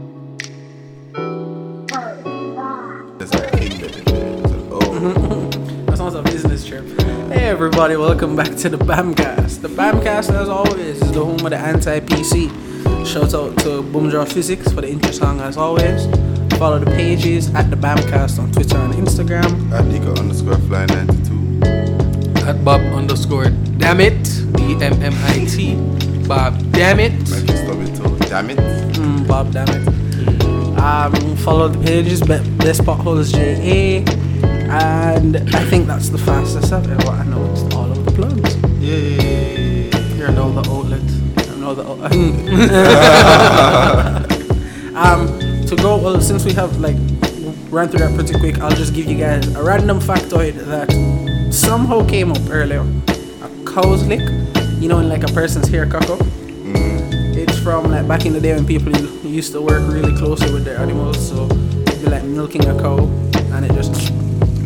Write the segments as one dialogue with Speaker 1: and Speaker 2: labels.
Speaker 1: oh,
Speaker 2: Mm-hmm.
Speaker 3: Hey everybody, welcome back to the Bamcast. The Bamcast, as always, is the home of the anti-PC. Shout out to Boomjar Physics for the intro song, as always. Follow the pages at the Bamcast on Twitter and Instagram.
Speaker 1: At Nico underscore fly 92.
Speaker 2: at Bob underscore damn it, D M M I T, Bob damn it.
Speaker 1: Like his stubby toe. Damn it.
Speaker 3: Mm, Bob, damn it. Um, follow the pages, Be- Best Potholes JA. And I think that's the fastest I've ever announced all of the plugs.
Speaker 1: Yay.
Speaker 3: You're another outlet. Another outlet. um, to go, well, since we have like ran through that pretty quick, I'll just give you guys a random factoid that somehow came up earlier. A cow's lick, you know, in like a person's hair cock up. It's from like back in the day when people used to work really closely with their animals, so you'd be like milking a cow and it just,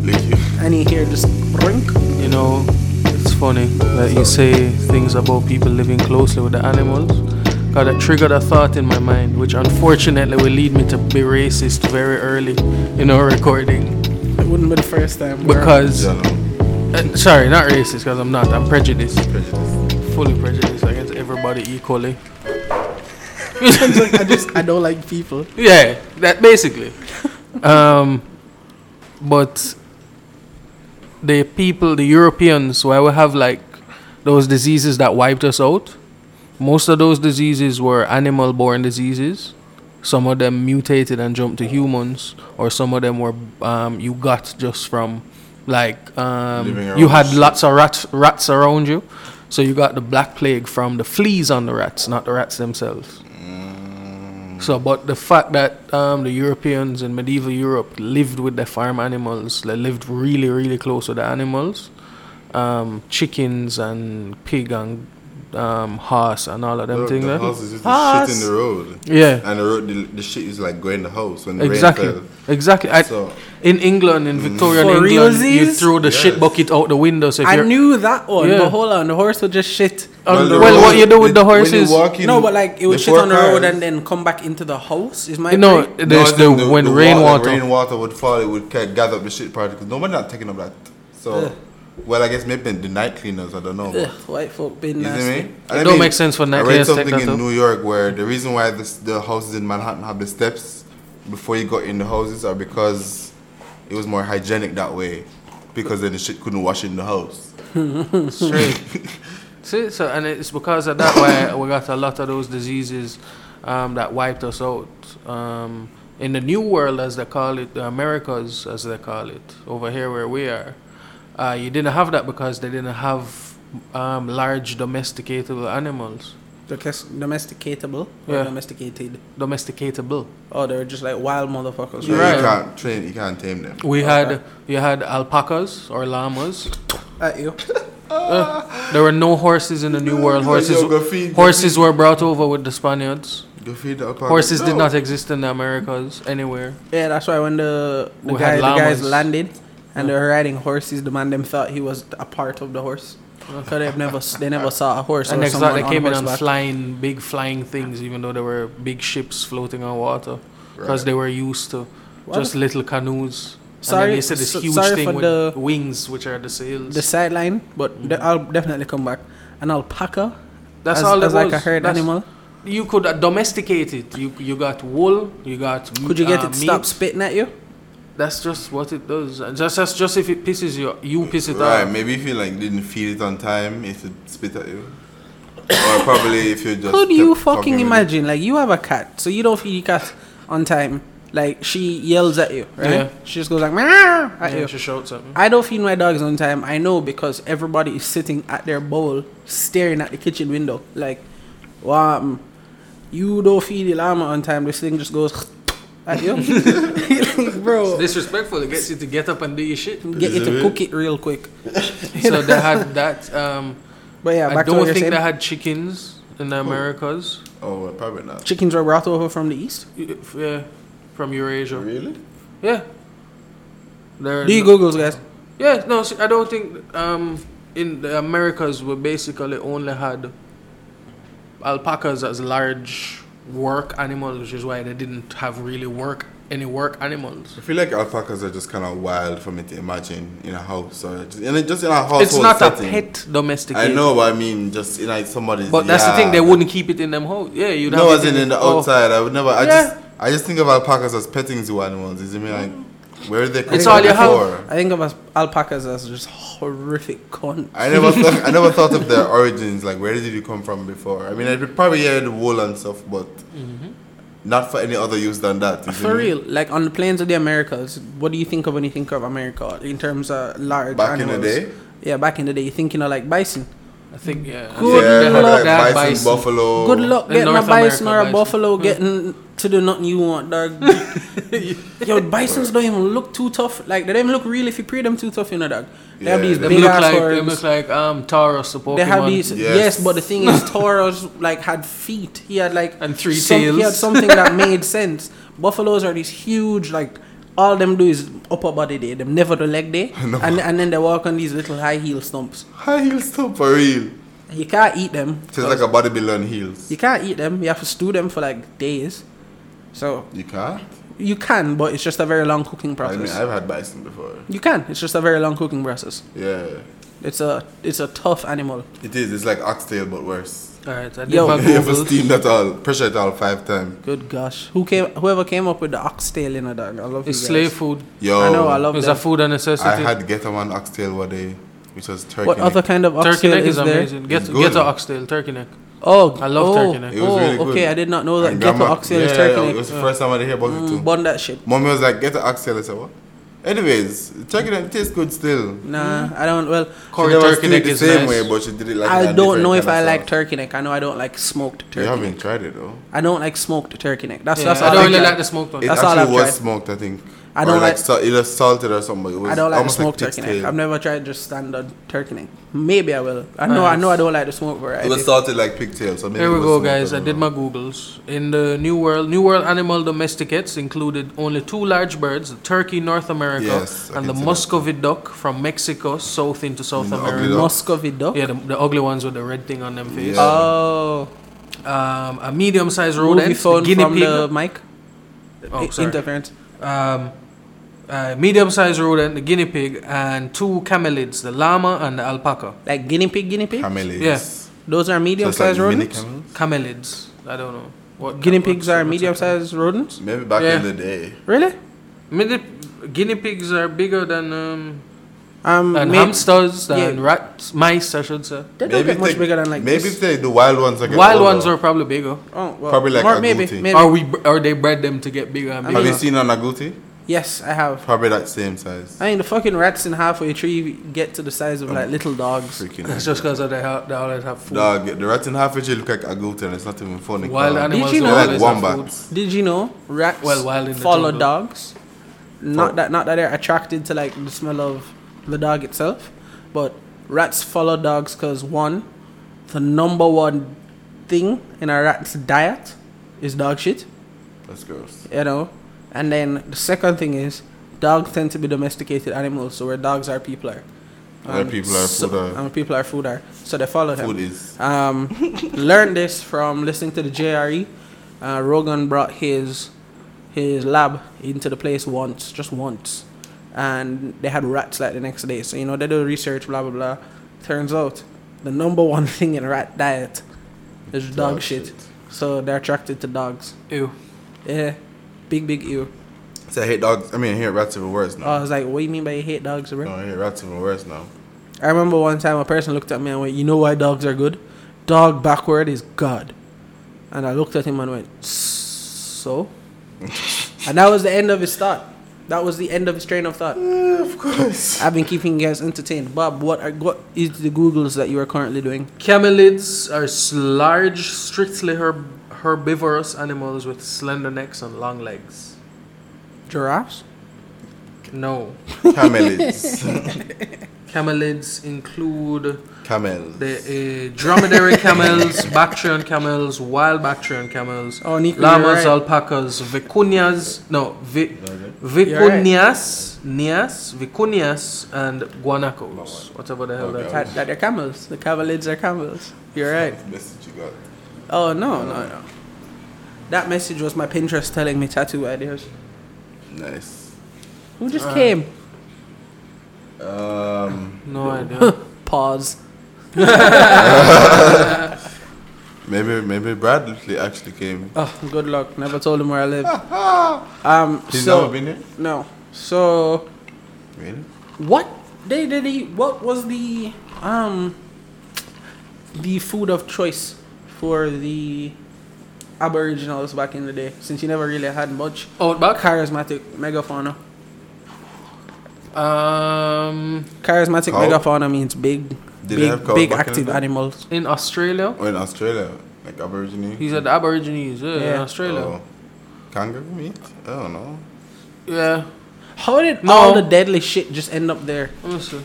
Speaker 1: Lick you.
Speaker 3: any hair just brink.
Speaker 2: You know, it's funny that you say things about people living closely with the animals. God, that triggered a thought in my mind, which unfortunately will lead me to be racist very early in our recording.
Speaker 3: It wouldn't be the first time. where-
Speaker 2: Because,
Speaker 1: Yeah, no.
Speaker 2: uh, sorry, not racist, because I'm not. I'm prejudiced,
Speaker 1: Prejudice.
Speaker 2: fully prejudiced against everybody equally.
Speaker 3: I just, I don't like people.
Speaker 2: Yeah, that basically. um, but the people, the Europeans, where we have like those diseases that wiped us out, most of those diseases were animal born diseases. Some of them mutated and jumped to humans, or some of them were um, you got just from like
Speaker 1: Living
Speaker 2: um,
Speaker 1: around
Speaker 2: you had
Speaker 1: shit.
Speaker 2: lots of rats, rats around you. So you got the black plague from the fleas on the rats, not the rats themselves. So, but the fact that um, the Europeans in medieval Europe lived with their farm animals, they lived really, really close to the animals, um, chickens and pig and um, horse and all of them
Speaker 1: Look,
Speaker 2: things.
Speaker 1: the
Speaker 2: there. Ah,
Speaker 1: house is just the
Speaker 3: House.
Speaker 1: shit in the road.
Speaker 2: Yeah,
Speaker 1: And the road, the, the shit is like going the house when the
Speaker 2: exactly,
Speaker 1: rain
Speaker 2: exactly. I,
Speaker 1: fell. uh, So,
Speaker 2: in England, in Victorian
Speaker 3: For
Speaker 2: England, you
Speaker 3: realsies?
Speaker 2: threw the
Speaker 1: Yes.
Speaker 2: shit bucket out the window. So if
Speaker 3: I
Speaker 2: you're,
Speaker 3: knew that one,
Speaker 2: Yeah.
Speaker 3: but hold on, the horse would just shit.
Speaker 2: on
Speaker 1: Well,
Speaker 2: the-
Speaker 1: the
Speaker 2: Um, well,
Speaker 1: road,
Speaker 2: what you do with the
Speaker 1: when you
Speaker 2: horses?
Speaker 1: walk in
Speaker 3: no, but like it would shit
Speaker 1: before
Speaker 3: on the road
Speaker 1: cars-
Speaker 3: and then come back into the house. Is my
Speaker 2: No,
Speaker 3: brain-
Speaker 1: No,
Speaker 2: there's
Speaker 1: as
Speaker 2: the,
Speaker 1: in
Speaker 2: when
Speaker 1: the
Speaker 2: rainwater.
Speaker 1: rainwater would fall, it would ca- gather up the shit particles. No, we're not taking up that. So,
Speaker 3: Ugh.
Speaker 1: well, I guess maybe the night cleaners. I don't know. but-
Speaker 3: Ugh, white folk been
Speaker 1: You see me?
Speaker 3: nasty.
Speaker 1: And I
Speaker 2: don't make sense for
Speaker 1: I
Speaker 2: Nike to
Speaker 1: read
Speaker 2: take
Speaker 1: something
Speaker 2: that
Speaker 1: in
Speaker 2: up.
Speaker 1: New York where the reason why this, the houses in Manhattan have the steps before you got in the houses are because it was more hygienic that way. Because then the shit couldn't wash in the house.
Speaker 2: Straight. See, so and it's because of that why we got a lot of those diseases um, that wiped us out. Um, in the new world, as they call it, the Americas, as they call it, over here where we are, uh, you didn't have that because they didn't have um, large domesticatable animals,
Speaker 3: Domest- Domesticatable or
Speaker 2: Yeah.
Speaker 3: domesticated.
Speaker 2: domesticatable.
Speaker 3: Oh, they were just like wild motherfuckers.
Speaker 1: So
Speaker 2: Right.
Speaker 1: You can't train, you can't tame them.
Speaker 2: We
Speaker 3: Okay.
Speaker 2: had you had alpacas or llamas.
Speaker 3: At you.
Speaker 2: There were no horses in the new world.
Speaker 1: Like, yo,
Speaker 2: Horses
Speaker 1: go feed-
Speaker 2: horses were brought over with the Spaniards.
Speaker 1: go feed the alpaca.
Speaker 2: Horses did
Speaker 1: No.
Speaker 2: not exist in the Americas anywhere.
Speaker 3: Yeah, that's why when the, the,
Speaker 2: Who
Speaker 3: guy,
Speaker 2: had
Speaker 3: the guys
Speaker 2: llamas.
Speaker 3: landed and they were riding horses, the man them thought he was a part of the horse. So they've never s- they never saw a horse.
Speaker 2: and
Speaker 3: or
Speaker 2: next thought
Speaker 3: someone
Speaker 2: they
Speaker 3: on
Speaker 2: came in on
Speaker 3: horseback.
Speaker 2: flying, big flying things, even though there were big ships floating on water, because
Speaker 1: Right.
Speaker 2: they were used to
Speaker 3: What
Speaker 2: just little canoes. and
Speaker 3: Sorry-
Speaker 2: then they said this
Speaker 3: so-
Speaker 2: huge
Speaker 3: sorry
Speaker 2: thing
Speaker 3: for
Speaker 2: with
Speaker 3: the-
Speaker 2: wings, which are the sails.
Speaker 3: the sideline, but de- I'll definitely come back. An alpaca.
Speaker 2: Mm. That's
Speaker 3: as,
Speaker 2: all it
Speaker 3: as like a
Speaker 2: was.
Speaker 3: herd
Speaker 2: That's-
Speaker 3: animal.
Speaker 2: you could uh, domesticate it. You you got wool. You got. m-
Speaker 3: Could you get
Speaker 2: uh,
Speaker 3: it to stop
Speaker 2: meat.
Speaker 3: spitting at you?
Speaker 2: That's just what it does. And Just that's just if it pisses you, you piss it
Speaker 1: Right,
Speaker 2: off.
Speaker 1: maybe if you like didn't feed it on time, it would spit at you. or probably if you just
Speaker 3: Could
Speaker 1: kept
Speaker 3: you
Speaker 1: fucking
Speaker 3: fucking
Speaker 1: with it.
Speaker 3: imagine? Like you have a cat, so you don't feed your cat on time. Like she yells at you, right?
Speaker 2: Yeah.
Speaker 3: She just goes like "Meow" at
Speaker 2: Yeah,
Speaker 3: you.
Speaker 2: she shouts at me.
Speaker 3: I don't feed my dogs on time. I know because everybody is sitting at their bowl, staring at the kitchen window. Like, um, you don't feed the llama on time. This thing just goes at you, Like, bro.
Speaker 2: Disrespectful. It gets you to get up and do your shit.
Speaker 3: Get you to cook it real quick.
Speaker 2: so they had that. Um,
Speaker 3: But yeah,
Speaker 2: I
Speaker 3: back to
Speaker 2: don't
Speaker 3: what you're
Speaker 2: think
Speaker 3: saying.
Speaker 2: they had chickens in the Americas.
Speaker 1: Oh, well, probably not.
Speaker 3: Chickens were brought over from the east.
Speaker 2: If- Yeah, from Eurasia.
Speaker 1: Really?
Speaker 2: Yeah. There,
Speaker 3: Do you Googles, guys?
Speaker 2: Yeah, no, see, I don't think um, in the Americas we basically only had alpacas as large work animals, which is why they didn't have really work any work animals.
Speaker 1: I feel like alpacas are just kind of wild for me to imagine in a house or just, in a, just in a household
Speaker 2: it's not
Speaker 1: setting.
Speaker 2: a pet domesticated.
Speaker 1: I know, but I mean, just in like somebody's.
Speaker 2: But that's the thing, they
Speaker 1: yard.
Speaker 2: wouldn't keep it in them house. Yeah, you'd
Speaker 1: No,
Speaker 2: have
Speaker 1: as
Speaker 2: it
Speaker 1: in, in the
Speaker 2: oh,
Speaker 1: outside. I would never. I
Speaker 2: Yeah.
Speaker 1: just I just think of alpacas as petting zoo animals. Is it mean like where did they come
Speaker 2: It's
Speaker 3: I
Speaker 2: all
Speaker 3: think
Speaker 2: you
Speaker 3: of-
Speaker 2: have.
Speaker 1: before?
Speaker 3: I think of as- alpacas as just horrific cunt.
Speaker 1: I never thought I never thought of their origins. Like where did you come from before? I mean, I would probably hear the wool and stuff, but
Speaker 2: Mm-hmm.
Speaker 1: not for any other use than that. is it
Speaker 3: For
Speaker 1: me?
Speaker 3: real, like on the plains of the Americas, what do you think of when you think of America in terms of large
Speaker 1: Back in the
Speaker 3: animals?
Speaker 1: day,
Speaker 3: Yeah, back in the day, you think you know like bison.
Speaker 2: I think yeah.
Speaker 3: Good
Speaker 1: yeah,
Speaker 3: luck.
Speaker 1: like
Speaker 2: That
Speaker 1: bison, buffalo.
Speaker 3: Good luck
Speaker 2: In
Speaker 3: getting
Speaker 2: North
Speaker 3: a bison
Speaker 2: America,
Speaker 3: or a
Speaker 2: bison. Hmm.
Speaker 3: buffalo getting to do nothing you want, dog. Yo, bisons don't even look too tough. Like they don't even look real if you pre them too tough, you know, dog. They have
Speaker 1: Yeah,
Speaker 3: these
Speaker 1: they
Speaker 2: They
Speaker 3: big
Speaker 2: look
Speaker 3: ass
Speaker 2: like they
Speaker 3: horns.
Speaker 2: look like um Taurus the Pokemon.
Speaker 3: They have these, yes.
Speaker 1: Yes.
Speaker 3: but the thing is, Taurus like had feet. He had like
Speaker 2: And three
Speaker 3: some- He had
Speaker 2: tails.
Speaker 3: something that made sense. Buffaloes are these huge, like all them do is upper body day. Them never do leg day,
Speaker 1: No.
Speaker 3: and and then they walk on these little high heel stumps.
Speaker 1: High heels too, for real.
Speaker 3: You can't eat them.
Speaker 1: It's like a bodybuilder on heels.
Speaker 3: You can't eat them. You have to stew them for like days. So
Speaker 1: You can't.
Speaker 3: you can, but it's just a very long cooking
Speaker 1: I mean,
Speaker 3: process.
Speaker 1: I've had bison before.
Speaker 3: you can. It's just a very long cooking process.
Speaker 1: Yeah,
Speaker 3: It's a it's a tough animal.
Speaker 1: it is. It's like oxtail, but worse.
Speaker 2: All right, I did
Speaker 3: Yo.
Speaker 2: my
Speaker 1: You have to
Speaker 2: Googles.
Speaker 1: steam that all, pressure it all five times.
Speaker 3: Good gosh, who came? Whoever came up with the oxtail in a dog? I love you
Speaker 2: It's
Speaker 3: guys.
Speaker 2: slave food.
Speaker 1: Yo,
Speaker 3: I know, I love
Speaker 2: It's
Speaker 3: them.
Speaker 2: a food and necessity.
Speaker 1: I had get one oxtail one day, which was turkey.
Speaker 3: What
Speaker 1: neck.
Speaker 3: other kind of
Speaker 2: turkey
Speaker 3: oxtail
Speaker 2: neck
Speaker 3: is,
Speaker 2: is,
Speaker 3: there?
Speaker 2: amazing. Get
Speaker 1: It's
Speaker 2: get
Speaker 1: good.
Speaker 2: a oxtail turkey neck.
Speaker 3: Oh,
Speaker 2: I love
Speaker 3: oh,
Speaker 2: turkey neck.
Speaker 1: It was
Speaker 3: oh,
Speaker 1: really good.
Speaker 3: okay, I did not know that.
Speaker 1: And
Speaker 3: Get to
Speaker 1: grandma-
Speaker 3: oxtail is
Speaker 1: yeah,
Speaker 3: turkey
Speaker 1: yeah,
Speaker 3: neck.
Speaker 1: It was the first time I hear about it
Speaker 3: Mm,
Speaker 1: too.
Speaker 3: Burn that shit.
Speaker 1: Mommy was like, get an oxtail. I said, what? Anyways, turkey neck tastes good still.
Speaker 3: Nah, I don't. Well,
Speaker 2: Curry
Speaker 1: she never
Speaker 2: turkey
Speaker 1: steamed
Speaker 2: neck
Speaker 1: it
Speaker 2: is
Speaker 1: the same
Speaker 2: nice.
Speaker 1: way, but she did it like in
Speaker 3: I
Speaker 1: a
Speaker 3: don't
Speaker 1: different
Speaker 3: know
Speaker 1: kind
Speaker 3: if
Speaker 1: of
Speaker 3: I
Speaker 1: sauce.
Speaker 3: like turkey neck. I know I don't like smoked
Speaker 1: You
Speaker 3: turkey.
Speaker 1: haven't
Speaker 3: Neck.
Speaker 1: tried it though.
Speaker 3: I don't like smoked turkey neck. That's
Speaker 2: Yeah,
Speaker 3: that's
Speaker 2: I
Speaker 3: all
Speaker 2: don't
Speaker 3: I've
Speaker 2: really
Speaker 3: tried.
Speaker 2: like the smoked one.
Speaker 1: It
Speaker 3: That's all
Speaker 1: actually
Speaker 3: I've
Speaker 1: was
Speaker 3: tried.
Speaker 1: smoked, I think.
Speaker 3: I
Speaker 1: Or
Speaker 3: don't
Speaker 1: like
Speaker 3: like-
Speaker 1: sal- either salted or something. It was
Speaker 3: I don't like the
Speaker 1: almost
Speaker 3: smoked
Speaker 1: pig's
Speaker 3: turkey neck.
Speaker 1: tail.
Speaker 3: I've never tried just standard turkey neck. Maybe I will. I know. I know. I don't like the smoked variety.
Speaker 1: It was salted like pigtail. So maybe
Speaker 2: Here
Speaker 1: it
Speaker 2: we
Speaker 1: was
Speaker 2: go,
Speaker 1: smoked,
Speaker 2: guys. I
Speaker 1: don't
Speaker 2: did
Speaker 1: know.
Speaker 2: my Googles. In the New World, New World animal domesticates included only two large birds, the turkey North America
Speaker 1: Yes, I
Speaker 2: and the
Speaker 1: can see that.
Speaker 2: Muscovy duck from Mexico south into South
Speaker 1: And the ugly
Speaker 2: America.
Speaker 1: duck.
Speaker 3: Muscovy duck.
Speaker 2: Yeah, the, the ugly ones with the red thing on them face.
Speaker 1: Yeah.
Speaker 3: Oh,
Speaker 2: Um, a medium sized
Speaker 3: movie
Speaker 2: rodent, the
Speaker 3: phone
Speaker 2: guinea
Speaker 3: from
Speaker 2: pig.
Speaker 3: the mic.
Speaker 2: oh,
Speaker 3: I-
Speaker 2: sorry.
Speaker 3: Interference.
Speaker 2: um, uh, medium sized rodent, the guinea pig, and two camelids, the llama and the alpaca.
Speaker 3: Like guinea pig, guinea pig.
Speaker 1: Camelids.
Speaker 2: Yeah.
Speaker 3: Those are medium
Speaker 1: So it's
Speaker 3: sized
Speaker 1: like mini
Speaker 3: rodents.
Speaker 1: camels?
Speaker 2: Camelids. I don't know. What
Speaker 3: Guinea
Speaker 2: what's-
Speaker 3: pigs are
Speaker 2: what's
Speaker 3: medium
Speaker 2: that called?
Speaker 3: sized rodents?
Speaker 1: Maybe back
Speaker 2: Yeah.
Speaker 1: in the day.
Speaker 3: Really?
Speaker 2: Mini, guinea pigs are bigger than um,
Speaker 3: Um,
Speaker 2: than
Speaker 3: may-
Speaker 2: hamsters, than
Speaker 3: yeah.
Speaker 2: rats, mice, I should say.
Speaker 3: they don't get
Speaker 1: if
Speaker 3: much
Speaker 1: they-
Speaker 3: bigger than like
Speaker 1: Maybe
Speaker 3: this.
Speaker 1: if they the wild ones are
Speaker 2: Wild ones are probably bigger.
Speaker 3: oh, well,
Speaker 1: probably like
Speaker 3: or
Speaker 1: a
Speaker 3: maybe,
Speaker 1: guilty.
Speaker 3: maybe.
Speaker 2: Are we? Are they bred them to get bigger and
Speaker 3: I
Speaker 1: Have
Speaker 2: bigger?
Speaker 1: you seen an agouti?
Speaker 3: Yes, I have.
Speaker 1: Probably that same size.
Speaker 3: I mean, the fucking rats in halfway tree get to the size of
Speaker 1: Um,
Speaker 3: like little dogs.
Speaker 1: Freaking
Speaker 2: That's just because they, ha- they always have food.
Speaker 1: dog. The rat in half inch look like agouti, and it's not even funny.
Speaker 2: Wild
Speaker 1: dog.
Speaker 2: animals
Speaker 3: you
Speaker 2: don't
Speaker 3: know-
Speaker 1: They're
Speaker 2: always
Speaker 1: like
Speaker 2: have
Speaker 1: wombats.
Speaker 3: Did you know rats
Speaker 2: Well, wild in the
Speaker 3: follow
Speaker 2: jungle.
Speaker 3: dogs? Not
Speaker 1: Fo-
Speaker 3: that not that they're attracted to like the smell of the dog itself, but rats follow dogs because one, the number one thing in a rat's diet is dog shit.
Speaker 1: That's gross.
Speaker 3: you know. And then the second thing is, dogs tend to be domesticated animals, so where dogs are, people are. Um,
Speaker 1: Where people are,
Speaker 3: so-
Speaker 1: food are.
Speaker 3: And people are, food are. So they follow
Speaker 1: Food
Speaker 3: him.
Speaker 1: is.
Speaker 3: Um, learned this from listening to the JRE. Uh, Rogan brought his his lab into the place once, just once, and they had rats like the next day. So you know they do research, blah blah blah. Turns out the number one thing in rat diet is dog,
Speaker 1: Dog
Speaker 3: shit.
Speaker 1: shit.
Speaker 3: So they're attracted to dogs.
Speaker 2: Ew.
Speaker 3: Yeah, big big ew.
Speaker 1: So I hate dogs. I mean, I hate rats even worse
Speaker 3: I
Speaker 1: now.
Speaker 3: was like, what do you mean by you hate dogs, bro?
Speaker 1: No, I hate rats even worse now.
Speaker 3: I remember one time a person looked at me and went, you know why dogs are good? Dog backward is God. And I looked at him and went, so? and that was the end of his thought. That was the end of his train of thought.
Speaker 1: Eh, of course.
Speaker 3: I've been keeping you guys entertained. Bob, what are, what is the Googles that you are currently doing?
Speaker 2: Camelids are s- large, strictly herb- herbivorous animals with slender necks and long legs.
Speaker 3: Giraffes?
Speaker 2: No.
Speaker 1: Camelids.
Speaker 2: Camelids include
Speaker 1: Camels.
Speaker 2: the uh, dromedary camels, Bactrian camels, wild Bactrian camels,
Speaker 3: Oh, Nico, you're
Speaker 2: llamas,
Speaker 3: right.
Speaker 2: alpacas, vicunias, no, vi- vicunias, nias, vicunias, and guanacos, whatever the hell
Speaker 1: Okay.
Speaker 2: that
Speaker 3: That, that they're camels. The camelids are camels. You're right.
Speaker 1: Message you got.
Speaker 3: Oh, no, no, no. That message was my Pinterest telling me tattoo ideas.
Speaker 1: Nice.
Speaker 3: Who just came?
Speaker 1: Um,
Speaker 2: No idea.
Speaker 3: Pause.
Speaker 1: maybe maybe Bradley actually came.
Speaker 3: Oh, good luck. Never told him where I live. Um,
Speaker 1: He's
Speaker 3: so
Speaker 1: never been here.
Speaker 3: no. So
Speaker 1: Really?
Speaker 3: what they did? He, what was the um the food of choice for the Aboriginals back in the day? Since you never really had much
Speaker 2: Outback.
Speaker 3: charismatic megafauna.
Speaker 2: Um,
Speaker 3: Charismatic
Speaker 1: Cow?
Speaker 3: megafauna means big,
Speaker 1: Did they
Speaker 3: big,
Speaker 1: have cows
Speaker 3: big
Speaker 1: back in the
Speaker 3: active
Speaker 1: day?
Speaker 3: animals.
Speaker 2: in Australia,
Speaker 1: Or in Australia, like Aborigine.
Speaker 2: he said the Aborigines. Yeah, in
Speaker 3: Yeah.
Speaker 2: Australia.
Speaker 1: Oh. Kangaroo meat? I don't know.
Speaker 2: Yeah.
Speaker 3: How did
Speaker 2: No.
Speaker 3: all the deadly shit just end up there?
Speaker 2: Let me see.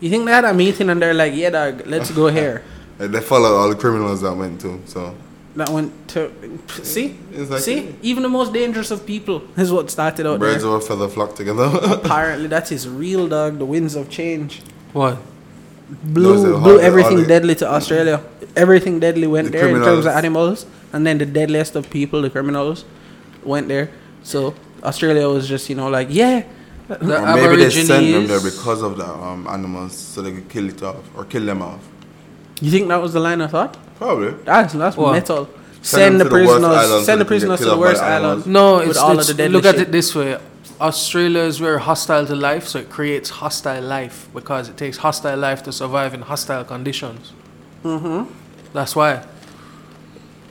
Speaker 3: You think they had a meeting and they're like, "Yeah, dog, let's go here."
Speaker 1: Like, they followed all the criminals that went to. So
Speaker 3: That went to see,
Speaker 1: Exactly.
Speaker 3: see, even the most dangerous of people is what started
Speaker 2: Oh,
Speaker 3: out
Speaker 1: birds
Speaker 3: there.
Speaker 1: of a feather flock together.
Speaker 3: Apparently, that is real, dog. The winds of change
Speaker 1: Those
Speaker 2: What?
Speaker 1: are
Speaker 3: blew
Speaker 1: the
Speaker 3: blew
Speaker 1: hard-
Speaker 3: everything
Speaker 1: hard-
Speaker 3: deadly to Australia. Everything deadly went
Speaker 1: The
Speaker 3: there in terms of
Speaker 1: criminals.
Speaker 3: animals, and then the deadliest of people, the criminals, went there. So Australia was just, you know, like, yeah,
Speaker 2: The
Speaker 1: or maybe they sent them there
Speaker 2: Aborigines-
Speaker 1: because of the um, animals, so they could kill it off or kill them off.
Speaker 3: you think that was the line of thought?
Speaker 1: Probably.
Speaker 3: That's that's
Speaker 2: What?
Speaker 3: metal.
Speaker 1: Send them
Speaker 3: Send, the
Speaker 1: to the worst
Speaker 3: prisoners.
Speaker 1: island so
Speaker 3: Send the
Speaker 1: they can get
Speaker 3: prisoners to
Speaker 1: killed
Speaker 3: the
Speaker 1: off by the
Speaker 3: worst island.
Speaker 1: animals.
Speaker 2: No,
Speaker 3: with
Speaker 2: it's,
Speaker 3: all of
Speaker 2: it's-
Speaker 3: the deadly
Speaker 2: look at
Speaker 3: shit.
Speaker 2: it this way. Australia is very hostile to life, so it creates hostile life because it takes hostile life to survive in hostile conditions. Mm-hmm. That's why.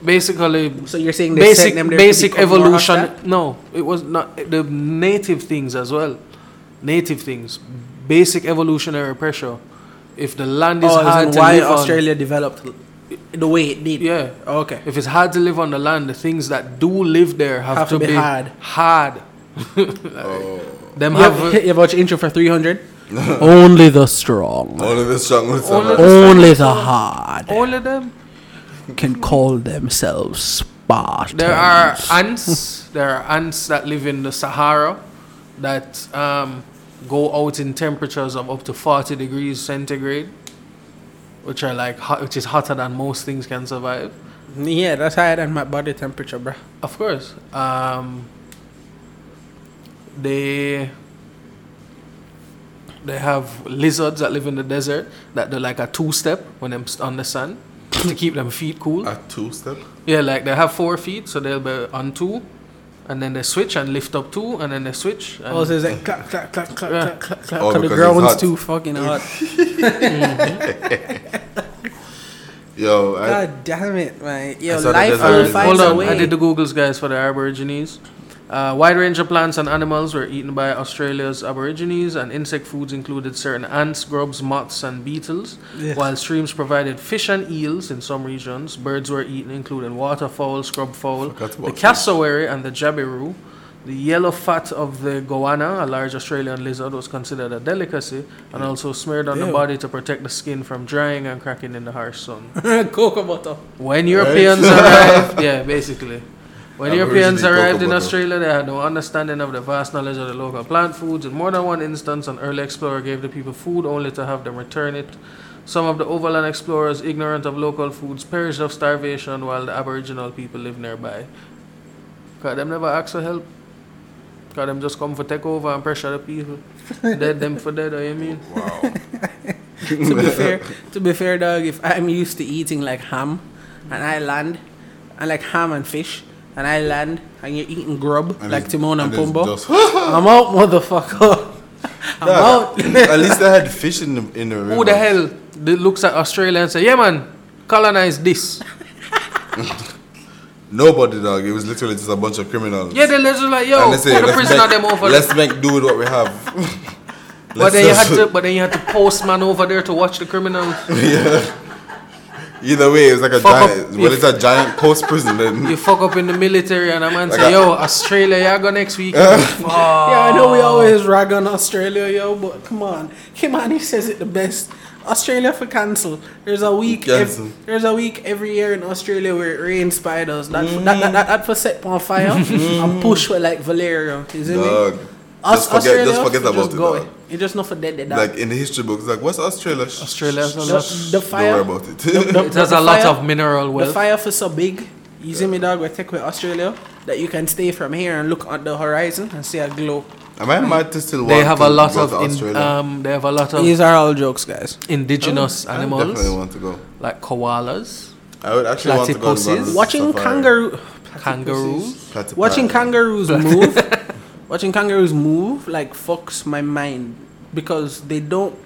Speaker 2: Basically,
Speaker 3: So you're saying they
Speaker 2: basic
Speaker 3: sent them there to
Speaker 2: basic
Speaker 3: become more
Speaker 2: evolution.
Speaker 3: hostile?
Speaker 2: No, it was not the native things as well. Native things, basic evolutionary pressure. If the land is
Speaker 3: Oh,
Speaker 2: hard
Speaker 3: as
Speaker 2: to
Speaker 3: in why
Speaker 2: live on-
Speaker 3: Australia developed the way it did.
Speaker 2: yeah.
Speaker 3: Okay.
Speaker 2: If it's hard to live on the land, the things that do live there have, to, be,
Speaker 3: hard.
Speaker 2: hard.
Speaker 1: Oh.
Speaker 2: Them
Speaker 3: You
Speaker 2: have
Speaker 3: have, you watch intro for 300? Only the strong,
Speaker 1: Only the strong will survive.
Speaker 3: only the hard
Speaker 2: all of them.
Speaker 3: can call themselves Spartans.
Speaker 2: There are ants. There are ants that live in the Sahara that um, go out in temperatures of up to forty degrees centigrade, which are like hot, which is hotter than most things can survive.
Speaker 3: Yeah, that's higher than my body temperature, bruh.
Speaker 2: Of course. Um, they they have lizards that live in the desert that do like a two step when them s- on the sun to keep them feet cool.
Speaker 1: A two step?
Speaker 2: Yeah, like they have four feet, so they'll be on two, and then they switch and lift up two, and then they switch. And
Speaker 3: Oh, so it's like clap, clap, clap, clap,
Speaker 2: Yeah.
Speaker 3: clap, clap, clap.
Speaker 1: Oh,
Speaker 3: 'cause the
Speaker 1: because it's
Speaker 3: ground's
Speaker 1: hot.
Speaker 3: too fucking hot.
Speaker 1: Yo, I,
Speaker 3: God damn it, man. Yo,
Speaker 1: I saw that
Speaker 3: life
Speaker 1: there's
Speaker 3: will
Speaker 1: a-
Speaker 3: find
Speaker 2: Hold
Speaker 3: a
Speaker 2: on,
Speaker 3: way.
Speaker 2: I did the Googles, guys, for the Aborigines. Uh, wide range of plants and animals were eaten by Australia's Aborigines, and insect foods included certain ants, grubs, moths, and beetles.
Speaker 3: Yes.
Speaker 2: While streams provided fish and eels in some regions, birds were eaten, including waterfowl, scrubfowl,
Speaker 1: Forgot
Speaker 2: the
Speaker 1: about fish.
Speaker 2: cassowary, and the jabiru. The yellow fat of the goanna, a large Australian lizard, was considered a delicacy and also smeared on the
Speaker 3: Ew.
Speaker 2: body to protect the skin from drying and cracking in the harsh sun.
Speaker 3: Cocoa butter.
Speaker 2: When Europeans arrived, yeah, basically. When
Speaker 1: Aboriginal
Speaker 2: Europeans
Speaker 1: cocoa
Speaker 2: arrived in
Speaker 1: butter.
Speaker 2: Australia, they had no understanding of the vast knowledge of the local plant foods. In more than one instance, an early explorer gave the people food only to have them return it. Some of the overland explorers, ignorant of local foods, perished of starvation while the Aboriginal people lived nearby. Because them never asked for help. Because them just come for take over and pressure the people. dead them for dead, you mean?
Speaker 1: wow.
Speaker 3: to be fair, to be fair, dog, if I'm used to eating like ham, and I land, and like ham and fish, and I land, and you're eating grub
Speaker 1: And
Speaker 3: like
Speaker 1: it's-
Speaker 3: Timon and,
Speaker 1: and it's
Speaker 3: Pumbaa,
Speaker 1: just-
Speaker 3: I'm out, motherfucker. I'm out.
Speaker 1: At least they had fish in the in the river.
Speaker 2: Who the hell that looks at Australia and say, yeah, man, colonize this?
Speaker 1: Nobody, dog. It was literally just a bunch of criminals.
Speaker 2: Yeah, the legend like yo,
Speaker 1: And
Speaker 2: put
Speaker 1: they say,
Speaker 2: the
Speaker 1: let's
Speaker 2: prisoner
Speaker 1: make-
Speaker 2: them over there.
Speaker 1: Let's make do with what we have.
Speaker 2: But
Speaker 1: Let's
Speaker 2: then you had
Speaker 1: just-
Speaker 2: to, but then you had to postman over there to watch the criminals.
Speaker 1: Either way, it's like a
Speaker 2: Fuck up
Speaker 1: giant.
Speaker 2: if-
Speaker 1: Well, it's a giant post prison. Then
Speaker 2: You fuck up in the military, and a man
Speaker 1: Like
Speaker 2: say,
Speaker 1: a-
Speaker 2: "Yo, Australia, you go next week." Fuck.
Speaker 3: Yeah, I know we always rag on Australia, yo, but come on, Kimani says it the best. Australia for cancel. There's a week. ev-
Speaker 1: Cancel.
Speaker 3: there's a week every year in Australia where it rains spiders. That that,
Speaker 1: Mm.
Speaker 3: that, that, that for set on fire and push for like Valeria. Is it me?
Speaker 1: dog.
Speaker 3: Us,
Speaker 1: Just forget,
Speaker 3: Australia,
Speaker 1: just forget
Speaker 3: you
Speaker 1: about
Speaker 3: just
Speaker 1: it.
Speaker 3: go.
Speaker 1: Dog.
Speaker 3: You just not for dead, dead,
Speaker 1: Like in the history books, like what's Australia? Shh,
Speaker 2: Australia has a
Speaker 3: the,
Speaker 2: lot.
Speaker 3: the
Speaker 1: Don't worry
Speaker 3: fire.
Speaker 1: about it.
Speaker 3: the-
Speaker 2: It has
Speaker 3: the
Speaker 2: a lot
Speaker 3: fire-
Speaker 2: of mineral
Speaker 3: The
Speaker 2: wealth.
Speaker 3: fire for so big. You see me, dog. We take with Australia. that you can stay from here and look at the horizon and see a glow.
Speaker 1: Am I mad to still want
Speaker 2: They have
Speaker 1: to
Speaker 2: a lot
Speaker 1: go
Speaker 2: of
Speaker 1: to
Speaker 2: in,
Speaker 1: Australia?
Speaker 2: um, they have a lot of
Speaker 3: These are all jokes, guys.
Speaker 2: indigenous
Speaker 1: I definitely
Speaker 2: animals
Speaker 1: want to go.
Speaker 2: like koalas,
Speaker 1: I would actually want to go to
Speaker 2: Platypuses.
Speaker 1: Gonzales
Speaker 3: Watching
Speaker 1: Safari.
Speaker 3: kangaroo,
Speaker 2: kangaroos.
Speaker 1: Platypus.
Speaker 3: watching kangaroos move, watching kangaroos move like fucks my mind because they don't,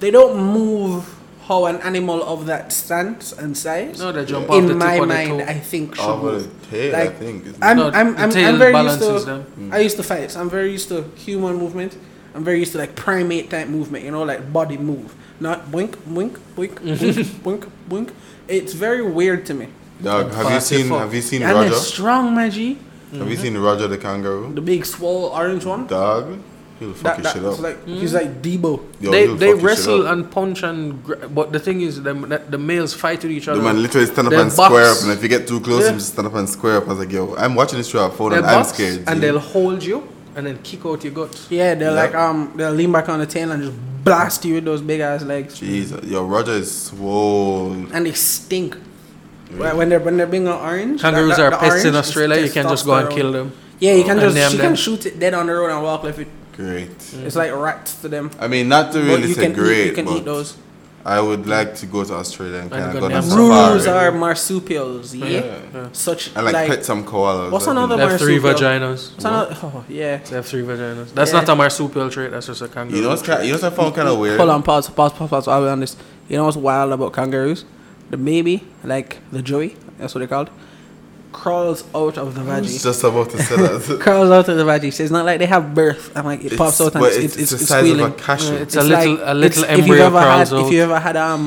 Speaker 3: they don't move how an animal of that stance and size.
Speaker 2: No, they jump off the
Speaker 3: in
Speaker 2: tip
Speaker 3: my
Speaker 2: of the
Speaker 3: mind,
Speaker 2: toe.
Speaker 3: I think should
Speaker 1: Over
Speaker 3: move.
Speaker 1: the tail, I
Speaker 3: Like,
Speaker 1: think. isn't it?
Speaker 3: I'm,
Speaker 2: No,
Speaker 3: I'm,
Speaker 2: the
Speaker 3: I'm,
Speaker 2: tail
Speaker 3: I'm very used to.
Speaker 2: balances them.
Speaker 3: I used to fights. I'm very used to human movement. I'm very used to like primate type movement. You know, like body move, not boink, boink, boink, boink, boink, boink. It's very weird to me.
Speaker 1: Dog, have you
Speaker 2: Party
Speaker 1: seen
Speaker 2: fuck.
Speaker 1: have you seen
Speaker 3: And
Speaker 1: Roger?
Speaker 3: it's strong, my G.
Speaker 1: Have you
Speaker 3: Mm-hmm.
Speaker 1: seen Roger the kangaroo?
Speaker 3: The big swole orange one.
Speaker 1: Dog, he'll fuck
Speaker 3: That,
Speaker 1: your
Speaker 3: that,
Speaker 1: shit
Speaker 3: it's
Speaker 1: up.
Speaker 3: like he's
Speaker 2: Mm.
Speaker 3: like Debo.
Speaker 1: Yo,
Speaker 2: they
Speaker 1: he'll fuck
Speaker 2: they
Speaker 1: your shit
Speaker 2: wrestle
Speaker 1: up.
Speaker 2: and punch and gra- but the thing is the the males fight with each
Speaker 3: uh,
Speaker 1: The
Speaker 2: other.
Speaker 1: man literally stand up
Speaker 2: They'll
Speaker 1: and square
Speaker 2: box.
Speaker 1: up, and if you get too close,
Speaker 2: Yeah.
Speaker 1: you just stand up and square up. I was like, yo, I'm watching this through a phone,
Speaker 2: They'll
Speaker 1: and I'm
Speaker 2: box
Speaker 1: scared.
Speaker 2: and
Speaker 1: G.
Speaker 2: they'll hold you and then kick out your gut.
Speaker 3: Yeah, they're
Speaker 1: Yeah.
Speaker 3: like um, they'll lean back on the tail and just blast you with those big ass legs,
Speaker 1: Jesus, yo, Roger is swole.
Speaker 3: and they stink. When- When they're when they're being an orange, that-
Speaker 2: Kangaroos
Speaker 3: that-
Speaker 2: are
Speaker 3: the
Speaker 2: pests in
Speaker 3: orange is
Speaker 2: Australia. You can just go and
Speaker 3: testosterone.
Speaker 2: kill them.
Speaker 3: Yeah, you can
Speaker 2: And
Speaker 3: just
Speaker 2: name
Speaker 3: she
Speaker 2: them. Mm.
Speaker 3: can shoot it dead on the road and walk like it.
Speaker 1: Great.
Speaker 3: It's like rats to them.
Speaker 1: I mean, not to
Speaker 3: but
Speaker 1: really
Speaker 3: you
Speaker 1: say
Speaker 3: can
Speaker 1: great,
Speaker 3: eat, you can
Speaker 1: but
Speaker 3: eat those.
Speaker 1: I would like to go to Australia and
Speaker 2: And
Speaker 1: kind
Speaker 2: go
Speaker 1: of go to
Speaker 2: name them.
Speaker 3: Rurus
Speaker 1: safari.
Speaker 3: are marsupials. Yeah, such
Speaker 1: And like, pet some koalas.
Speaker 3: what's
Speaker 1: That'd be
Speaker 3: another
Speaker 2: They have three
Speaker 3: marsupial.
Speaker 2: vaginas.
Speaker 3: it's not- oh, yeah.
Speaker 2: They have three vaginas. That's
Speaker 3: Yeah.
Speaker 2: not a marsupial trait. That's just a kangaroo.
Speaker 1: You know what's kind you know what's I found kind of weird?
Speaker 3: Hold on, pause, pause, pause, pause. I'll be honest. You know what's wild about kangaroos? The baby, like the joey, that's what they're called, crawls out of the
Speaker 1: I
Speaker 3: vaggie.
Speaker 1: was just about to say that.
Speaker 3: crawls out of the veggie. So it's not like they have birth and like it
Speaker 1: It's-
Speaker 3: pops out and
Speaker 1: but
Speaker 3: it's
Speaker 1: it's- it's
Speaker 3: it's, it's,
Speaker 1: the
Speaker 3: it's
Speaker 1: size of
Speaker 3: squealing.
Speaker 1: a cashew.
Speaker 2: Yeah, it's a little- a little
Speaker 3: if you've
Speaker 2: embryo
Speaker 3: ever
Speaker 2: crawls
Speaker 3: had,
Speaker 2: out.
Speaker 3: If you ever had um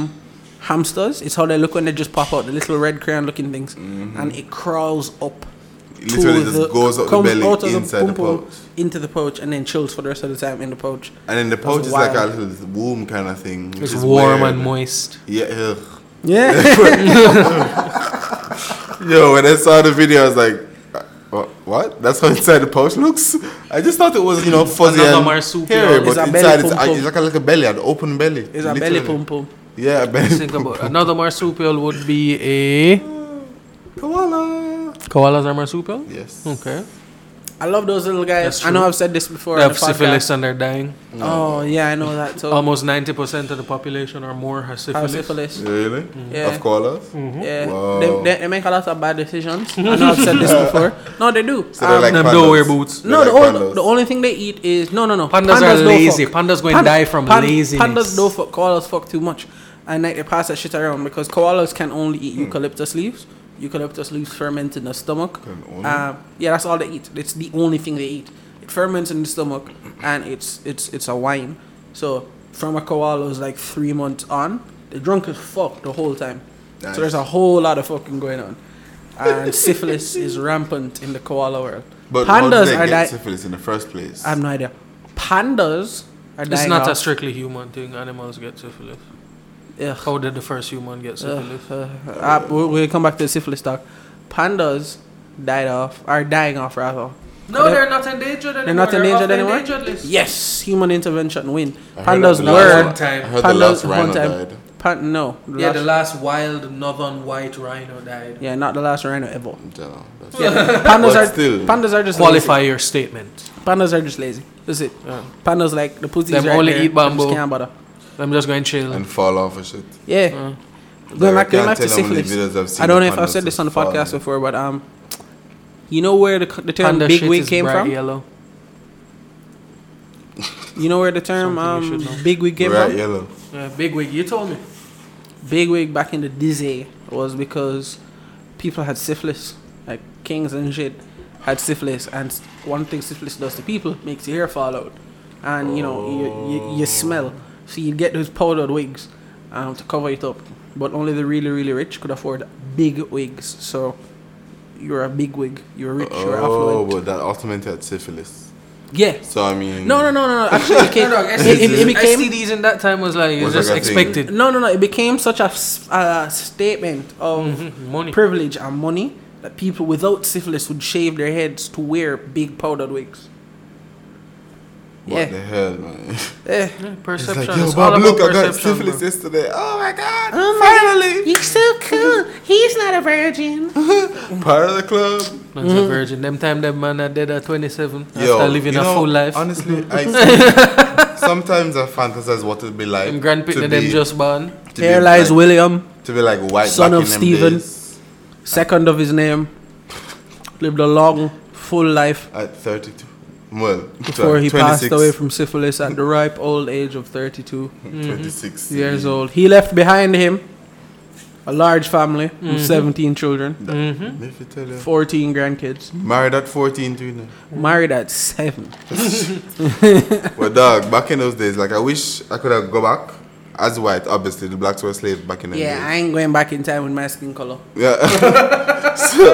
Speaker 3: hamsters, it's how they look when they just pop out the little red crayon looking things, and it crawls up.
Speaker 1: Mm-hmm. It literally
Speaker 3: to
Speaker 1: just goes up the
Speaker 3: comes
Speaker 1: belly
Speaker 3: out of
Speaker 1: inside the
Speaker 3: pum-pum
Speaker 1: pouch.
Speaker 3: into the pouch, and then chills for the rest of the time in the pouch.
Speaker 1: And then the pouch
Speaker 3: That's
Speaker 1: is like a
Speaker 3: wild.
Speaker 1: little womb kind of thing. which
Speaker 2: It's
Speaker 1: is
Speaker 2: warm
Speaker 1: weird.
Speaker 2: and moist.
Speaker 1: Yeah. ugh.
Speaker 3: Yeah,
Speaker 1: Yo, when I saw the video, I was like, uh, wha- what? That's how inside the pouch looks? I just thought it was, you know, fuzzy
Speaker 2: Another
Speaker 1: and
Speaker 2: marsupial.
Speaker 1: hairy, but
Speaker 3: It's a belly
Speaker 1: inside it's,
Speaker 3: pum-pum.
Speaker 1: it's like, a, like a belly, an open belly.
Speaker 3: it's a belly
Speaker 1: literally.
Speaker 3: pum pum.
Speaker 1: Yeah, a belly
Speaker 2: Think
Speaker 1: pum.
Speaker 2: about another marsupial would be a
Speaker 1: Koala.
Speaker 2: koalas are marsupial.
Speaker 1: Yes.
Speaker 2: Okay.
Speaker 3: I love those little guys.
Speaker 2: That's
Speaker 3: I know
Speaker 2: true.
Speaker 3: I've said this before.
Speaker 2: They
Speaker 3: on
Speaker 2: have
Speaker 3: the podcast.
Speaker 2: syphilis and they're dying.
Speaker 3: Oh yeah, I know that. So
Speaker 2: Almost ninety percent of the population or more has
Speaker 3: I have
Speaker 2: syphilis.
Speaker 3: syphilis.
Speaker 1: Really?
Speaker 3: Yeah. Hmm.
Speaker 1: Of koalas?
Speaker 3: Yeah,
Speaker 1: Wow.
Speaker 3: they, they, they make a lot of bad decisions. I know I've said this before. No, they do.
Speaker 1: So they're like
Speaker 2: Them
Speaker 1: pandas.
Speaker 2: don't wear boots.
Speaker 1: They're
Speaker 3: no,
Speaker 1: like
Speaker 3: the, only,
Speaker 1: pandas.
Speaker 3: the only thing they eat is no, no, no.
Speaker 2: Pandas are
Speaker 3: don't
Speaker 2: lazy.
Speaker 3: fuck.
Speaker 2: Pandas go and die from laziness.
Speaker 3: Pandas don't fuck. Koalas fuck too much, and like they pass that shit around because koalas can only
Speaker 1: Hmm.
Speaker 3: eat eucalyptus leaves. Eucalyptus leaves ferment in the stomach.
Speaker 1: Can only?
Speaker 3: Um, yeah, that's all they eat. It's the only thing they eat. It ferments in the stomach, and it's it's it's a wine. So from a koala is like three months on, they're drunk as fuck the whole time.
Speaker 1: Nice.
Speaker 3: So there's a whole lot of fucking going on, and syphilis is rampant in the koala world.
Speaker 1: But how did
Speaker 3: pandas
Speaker 1: they
Speaker 3: are
Speaker 1: get
Speaker 3: dying.
Speaker 1: syphilis in the first place?
Speaker 3: I have no idea. Pandas are dying.
Speaker 2: It's not a
Speaker 3: off.
Speaker 2: strictly human thing. Animals get syphilis.
Speaker 3: Ugh.
Speaker 2: How did the first human get syphilis?
Speaker 3: Uh, uh, we'll, we'll come back to the syphilis talk. Pandas died off, are dying off rather.
Speaker 2: no,
Speaker 3: they-
Speaker 2: they're not endangered anymore.
Speaker 3: They're not endangered
Speaker 2: off the
Speaker 3: anymore.
Speaker 2: endangered list.
Speaker 3: Yes, human intervention win.
Speaker 1: I heard
Speaker 3: Pandas
Speaker 1: that the
Speaker 3: were
Speaker 1: last
Speaker 2: one time.
Speaker 1: I heard the
Speaker 3: pandas
Speaker 1: last
Speaker 3: one
Speaker 1: rhino
Speaker 3: time.
Speaker 1: died.
Speaker 3: Pan, no, the
Speaker 2: Yeah,
Speaker 3: last-
Speaker 2: the last wild northern white rhino died.
Speaker 3: yeah, not the last rhino ever.
Speaker 1: Dunno, that's-
Speaker 3: Yeah, pandas
Speaker 1: But
Speaker 3: are
Speaker 1: still.
Speaker 3: pandas are just
Speaker 2: Qualify your statement. Uh,
Speaker 3: Lazy. Pandas are just lazy. That's it.
Speaker 2: Yeah.
Speaker 3: Pandas like the pussies
Speaker 2: Them
Speaker 3: right
Speaker 2: only
Speaker 3: there, they
Speaker 2: eat
Speaker 3: just
Speaker 2: bamboo.
Speaker 3: can't bother.
Speaker 2: I'm just going to chill.
Speaker 1: And fall off and shit.
Speaker 3: Yeah.
Speaker 2: Mm.
Speaker 1: Like,
Speaker 3: Going
Speaker 1: I
Speaker 3: back, going
Speaker 1: can't
Speaker 3: back to
Speaker 1: tell how many
Speaker 3: syphilis.
Speaker 1: videos I've seen
Speaker 3: I don't know
Speaker 1: of
Speaker 3: if I've
Speaker 1: pandas
Speaker 3: said this on the
Speaker 1: falling.
Speaker 3: podcast before, but um, you know where the, c- the term
Speaker 2: Panda
Speaker 3: big
Speaker 2: shit
Speaker 3: wig
Speaker 2: is
Speaker 3: came
Speaker 2: bright
Speaker 3: from?
Speaker 2: Yellow.
Speaker 3: You know where the term
Speaker 2: Something you
Speaker 3: um,
Speaker 2: should know.
Speaker 3: big wig came
Speaker 1: Bright
Speaker 3: from?
Speaker 1: yellow.
Speaker 2: Yeah, big wig. You told me.
Speaker 3: Big wig back in the dizzy was because people had syphilis, like kings and shit had syphilis, and one thing syphilis does to people makes your hair fall out, and you know you, you, you smell. So you'd get those powdered wigs um, to cover it up, but only the really really rich could afford big wigs. So you're a big wig, you're rich, you're
Speaker 1: Oh,
Speaker 3: affluent.
Speaker 1: but that ultimately had syphilis.
Speaker 3: yeah.
Speaker 1: So I mean,
Speaker 3: No, no, no, no, no. Actually, it became,
Speaker 2: No, no,
Speaker 3: it, it, it became
Speaker 2: STDs in that time was like
Speaker 1: Was
Speaker 2: it's just
Speaker 1: like a thing.
Speaker 2: expected.
Speaker 3: No, no, no. It became such a, s- a statement of
Speaker 2: Money.
Speaker 3: privilege and money that people without syphilis would shave their heads to wear big powdered wigs.
Speaker 1: What
Speaker 3: Yeah.
Speaker 1: the hell, man?
Speaker 3: Eh.
Speaker 1: It's like,
Speaker 2: Perception.
Speaker 1: yo,
Speaker 2: it's all
Speaker 1: Bob,
Speaker 2: about
Speaker 1: look, I got
Speaker 2: perception,
Speaker 1: syphilis
Speaker 2: bro.
Speaker 1: yesterday. Oh my god, finally!
Speaker 3: You're so cool. He's not a virgin.
Speaker 1: Part of the club.
Speaker 2: Man's
Speaker 3: Mm-hmm.
Speaker 2: a virgin. Them time them man are dead at 27
Speaker 1: Yo,
Speaker 2: after living
Speaker 1: you
Speaker 2: a
Speaker 1: know,
Speaker 2: full life.
Speaker 1: Honestly, I sometimes I fantasize what it'd be like
Speaker 2: Them grandpit
Speaker 1: to
Speaker 2: them
Speaker 1: be-
Speaker 2: just born.
Speaker 1: to be
Speaker 3: Here lies
Speaker 1: like,
Speaker 3: William,
Speaker 1: to be like white
Speaker 3: son
Speaker 1: back
Speaker 3: of
Speaker 1: in them
Speaker 3: Stephen.
Speaker 1: days
Speaker 3: second of his name. Lived a long, full life
Speaker 1: at 32. Well,
Speaker 3: before he
Speaker 1: 26,
Speaker 3: passed away from syphilis at the ripe old age of 32
Speaker 1: 26
Speaker 3: Mm-hmm. years old. He left behind him a large family with 17 children,
Speaker 1: Mm-hmm. If you tell you,
Speaker 3: 14 grandkids,
Speaker 1: married at 14, too. you know.
Speaker 3: married at seven.
Speaker 1: But dog, back in those days, like I wish I could have go back as white. Obviously, the blacks were slaves back in the
Speaker 3: Yeah, I
Speaker 1: days.
Speaker 3: ain't going back in time with my skin color.
Speaker 1: Yeah. so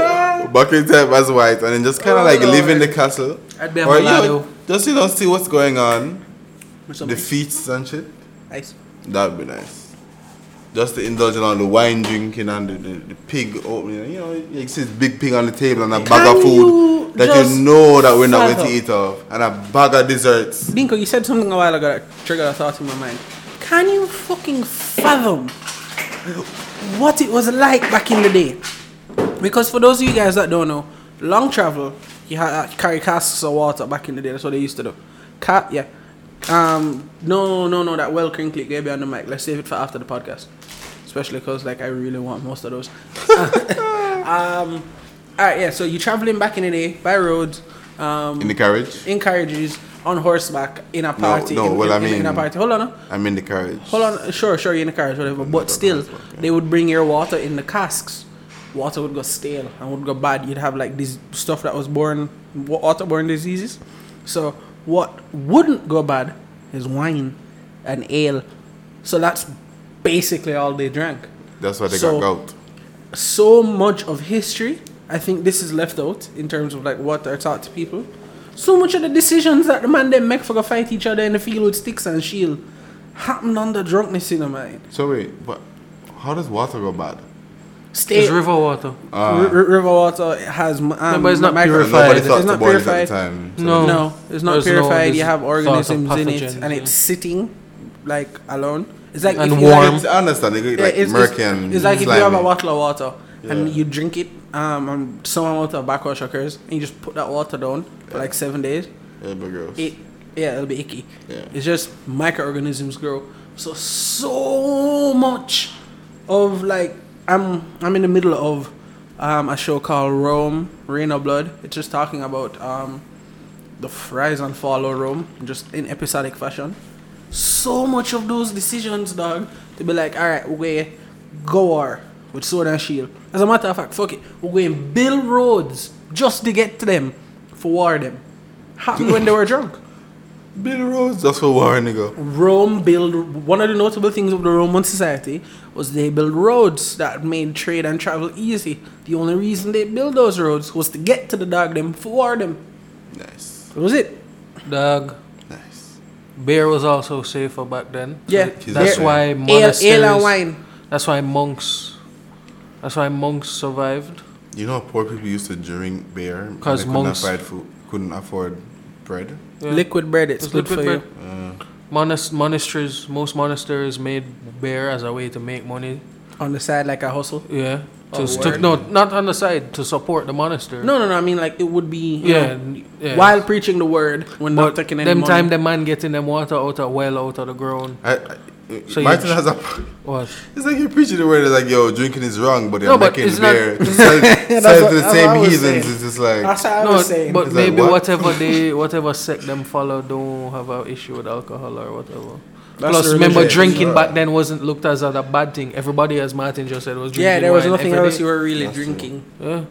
Speaker 1: back in time as white, and then just kind of
Speaker 3: Oh,
Speaker 1: like
Speaker 3: Lord.
Speaker 1: live in the castle,
Speaker 3: I'd be a
Speaker 1: or you
Speaker 3: mulatto.
Speaker 1: know, just you know see what's going on,
Speaker 3: or
Speaker 1: the
Speaker 3: something.
Speaker 1: feasts and shit.
Speaker 3: Nice.
Speaker 1: That'd be nice. Just to indulge in all the wine drinking and the, the, the pig opening. You know, you see this big pig on the table and a bag
Speaker 3: Can
Speaker 1: of
Speaker 3: you
Speaker 1: food that
Speaker 3: just
Speaker 1: you know that we're not
Speaker 3: shut
Speaker 1: going to
Speaker 3: up?
Speaker 1: eat off, and a bag of desserts.
Speaker 3: Dinko, you said something a while ago that triggered a thought in my mind. Can you fucking fathom what it was like back in the day? Because for those of you guys that don't know, long travel, you had to carry casks of water back in the day. That's what they used to do. Cat, yeah. Um, no, no, no, that well crinkly gave me on the mic. Let's save it for after the podcast, especially because like I really want most of those. um, all right, yeah. So you're traveling back in the day by road. Um,
Speaker 1: In the carriage?
Speaker 3: in carriages on horseback in a party.
Speaker 1: no,
Speaker 3: in,
Speaker 1: well,
Speaker 3: in-
Speaker 1: I
Speaker 3: in- in a
Speaker 1: mean-
Speaker 3: party. Hold on, uh,
Speaker 1: I'm in the carriage.
Speaker 3: hold on. Sure, sure, you're in a carriage, whatever. But still, they would bring your water in the casks. Water would go stale and would go bad. You'd have like this stuff that was born wa- waterborne diseases. So what wouldn't go bad is wine and ale. So that's basically all they drank
Speaker 1: That's why they
Speaker 3: So-
Speaker 1: got gout.
Speaker 3: so much of history. I think this is left out in terms of like what are taught to people. So much of the decisions that the man they make for go fight each other in the field with sticks and shield happened under drunkenness in the mind.
Speaker 1: So wait, but how does water go bad?
Speaker 3: Stay
Speaker 2: It's river water.
Speaker 3: r- r- river water has um,
Speaker 2: but it's not
Speaker 1: And
Speaker 2: purified.
Speaker 1: Ah. Nobody
Speaker 2: It's
Speaker 1: thought to boil it at the time.
Speaker 3: Hmm.
Speaker 1: so-
Speaker 2: No.
Speaker 3: No, it's not
Speaker 2: There's no-
Speaker 3: purified. you
Speaker 2: there's
Speaker 3: have
Speaker 2: thought of
Speaker 3: organisms in it,
Speaker 2: pathogens,
Speaker 3: and
Speaker 2: yeah.
Speaker 3: it's sitting like alone. It's like
Speaker 2: And
Speaker 3: if you like-
Speaker 2: warm.
Speaker 1: It's- I understand. They get, like
Speaker 3: Yeah, it's,
Speaker 1: murky
Speaker 3: it's,
Speaker 1: and
Speaker 3: it's like if you have a
Speaker 1: slimy.
Speaker 3: bottle of water and
Speaker 1: Yeah.
Speaker 3: you drink it, um, and some amount of backwash occurs, and you just put that water down for like seven days.
Speaker 1: Yeah, but gross.
Speaker 3: It, yeah, it'll be icky.
Speaker 1: Yeah.
Speaker 3: It's just microorganisms grow. So so much of like I'm I'm in the middle of um, a show called Rome, Rain of Blood. It's just talking about um, the fries and follow Rome, just in episodic fashion. So much of those decisions, dog, to be like, all right, we're going go war with sword and shield. As a matter of fact, fuck it, we're going build roads just to get to them for war them. Happened when they were drunk.
Speaker 1: Bill Rose, just for war, nigga.
Speaker 3: Rome build one of the notable things of the Roman society was they built roads that made trade and travel easy. The only reason they built those roads was to get to the dog them for war them.
Speaker 1: Nice,
Speaker 3: That was it.
Speaker 2: Dog.
Speaker 1: nice.
Speaker 2: Beer was also safer back then.
Speaker 3: Yeah.
Speaker 2: That's
Speaker 1: Beer-
Speaker 2: why
Speaker 3: Ale,
Speaker 2: monasteries.
Speaker 3: ale and wine.
Speaker 2: That's why monks. That's why monks survived.
Speaker 1: You know, how poor people used to drink beer and
Speaker 2: 'Cause
Speaker 1: they
Speaker 2: monks-
Speaker 1: couldn't afford food, couldn't afford bread. Uh,
Speaker 2: Yeah.
Speaker 3: Liquid bread, it's,
Speaker 2: It's
Speaker 3: good
Speaker 2: liquid
Speaker 3: for
Speaker 2: bread.
Speaker 3: you.
Speaker 2: Monas- monasteries, most monasteries made beer as a way to make money.
Speaker 3: On the side, like a hustle.
Speaker 2: Yeah. To,
Speaker 3: Oh,
Speaker 2: stu-
Speaker 3: word.
Speaker 2: no, not on the side to support the monastery.
Speaker 3: No, no, no. I mean, like, it would be you
Speaker 2: Yeah.
Speaker 3: know,
Speaker 2: n- yeah.
Speaker 3: while preaching the word when
Speaker 2: but
Speaker 3: not taking any
Speaker 2: them
Speaker 3: money.
Speaker 2: time the man getting them water out of well out of the ground
Speaker 1: I, I,
Speaker 2: So you-
Speaker 1: Martin has a.
Speaker 2: was
Speaker 1: It's like you're preaching the word. It's like, yo, drinking is wrong, but they're
Speaker 2: No, but
Speaker 1: making
Speaker 2: it's not-
Speaker 1: beer. Sell
Speaker 3: That's
Speaker 1: sell
Speaker 3: what-
Speaker 1: to the
Speaker 3: that's what I
Speaker 1: same
Speaker 3: was
Speaker 1: heathens.
Speaker 3: saying.
Speaker 1: It's just like
Speaker 3: That's what I
Speaker 2: no,
Speaker 3: was saying.
Speaker 2: but
Speaker 1: It's like,
Speaker 2: maybe
Speaker 1: what?
Speaker 2: whatever they, whatever sect them follow, don't have an issue with alcohol or whatever.
Speaker 3: That's
Speaker 2: Plus,
Speaker 3: the
Speaker 2: remember,
Speaker 3: religion.
Speaker 2: drinking
Speaker 1: Yeah.
Speaker 2: back then wasn't looked as a bad thing. Everybody, as Martin just said, was drinking.
Speaker 3: yeah, there was
Speaker 2: wine
Speaker 3: nothing
Speaker 2: every
Speaker 3: else
Speaker 2: day.
Speaker 3: you were really
Speaker 1: That's it.
Speaker 3: drinking.
Speaker 2: Yeah.
Speaker 3: You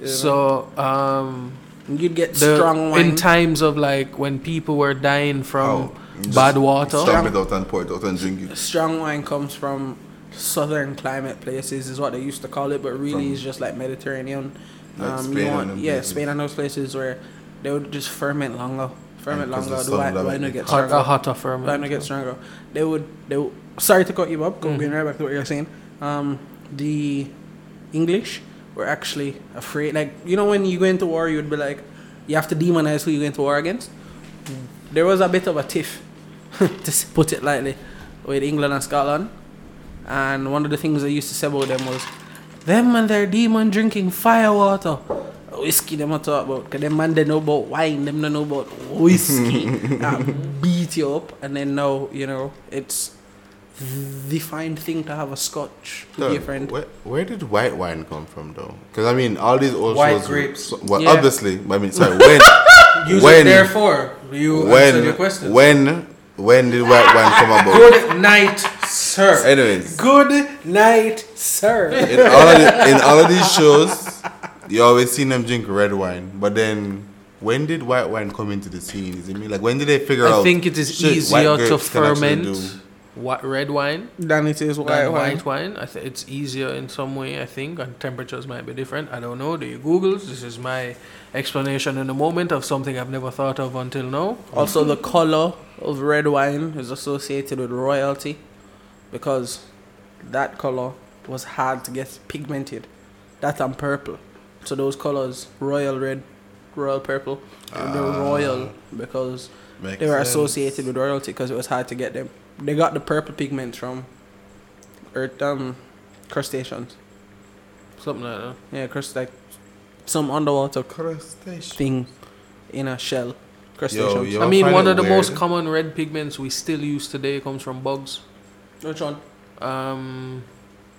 Speaker 3: know?
Speaker 2: So, um,
Speaker 3: You'd get
Speaker 2: the,
Speaker 3: strong wine.
Speaker 2: in times of like when people were dying from
Speaker 1: Oh, just
Speaker 2: bad water,
Speaker 1: stomp it out and pour it out and drink it.
Speaker 3: strong wine comes from southern climate places is what they used to call it but really
Speaker 1: From-
Speaker 3: it's just like mediterranean
Speaker 1: Like
Speaker 3: um, you
Speaker 1: Spain and
Speaker 3: want-
Speaker 1: them
Speaker 3: yeah
Speaker 1: places.
Speaker 3: spain and those places where they would just ferment longer ferment
Speaker 1: And 'cause
Speaker 3: longer
Speaker 1: the
Speaker 3: the
Speaker 1: sun
Speaker 3: wine, wine would
Speaker 1: doesn't
Speaker 3: get
Speaker 2: hot,
Speaker 3: stronger
Speaker 2: a hotter
Speaker 3: wine would
Speaker 2: ferment.
Speaker 3: get stronger they would they would, sorry to cut you up going right back to what you're saying um the english were actually afraid like you know when you go into war you would be like you have to demonize who you go into war against there was a bit of a tiff, to s- put it lightly, with England and Scotland. And one of the things I used to say about them was, them and their demon drinking fire water. Whiskey them I talk about, cause them man they know about wine, them don't know about whiskey. that beat you up, and then now you know it's the fine thing to have a scotch with
Speaker 1: So,
Speaker 3: your friend.
Speaker 1: Where, where did white wine come from, though? Because I mean, all these old
Speaker 2: White
Speaker 1: shows.
Speaker 2: grapes.
Speaker 1: so- well,
Speaker 3: Yeah.
Speaker 1: obviously. I mean, sorry. When?
Speaker 2: Use it
Speaker 1: when?
Speaker 2: therefore. You answered your
Speaker 1: when?
Speaker 2: question.
Speaker 1: When? When did white wine come about?
Speaker 2: Good night, sir.
Speaker 1: Anyways,
Speaker 3: Good night, sir.
Speaker 1: in all of the, in all of these shows, you always seen them drink red wine. But then, when did white wine come into the scene? Is it me? Like, when did they figure out?
Speaker 2: I think it is
Speaker 1: shit, white
Speaker 2: easier to
Speaker 1: grapes can actually
Speaker 2: ferment
Speaker 1: do-
Speaker 2: whi red wine
Speaker 3: Than it is
Speaker 2: than
Speaker 3: white wine.
Speaker 2: white wine. I th- it's easier in some way, I think, and temperatures might be different. I don't know. Do you Googles? This is my explanation in a moment of something I've never thought of until now.
Speaker 3: Also, the color of red wine is associated with royalty because that color was hard to get pigmented. That and purple. So, those colors royal red, royal purple, and they're royal because
Speaker 1: Ah. Makes
Speaker 3: they were
Speaker 1: sense.
Speaker 3: associated with royalty because it was hard to get them. They got the purple pigment from earth um, crustaceans.
Speaker 2: Something like that.
Speaker 3: Yeah, crust like some underwater cr-
Speaker 1: Crustacean.
Speaker 3: thing in a shell. Crustaceans.
Speaker 1: yo.
Speaker 2: I mean,
Speaker 1: find
Speaker 2: one
Speaker 1: it
Speaker 2: of the most
Speaker 1: weird?
Speaker 2: common red pigments we still use today comes from bugs.
Speaker 3: Which one?
Speaker 2: Um,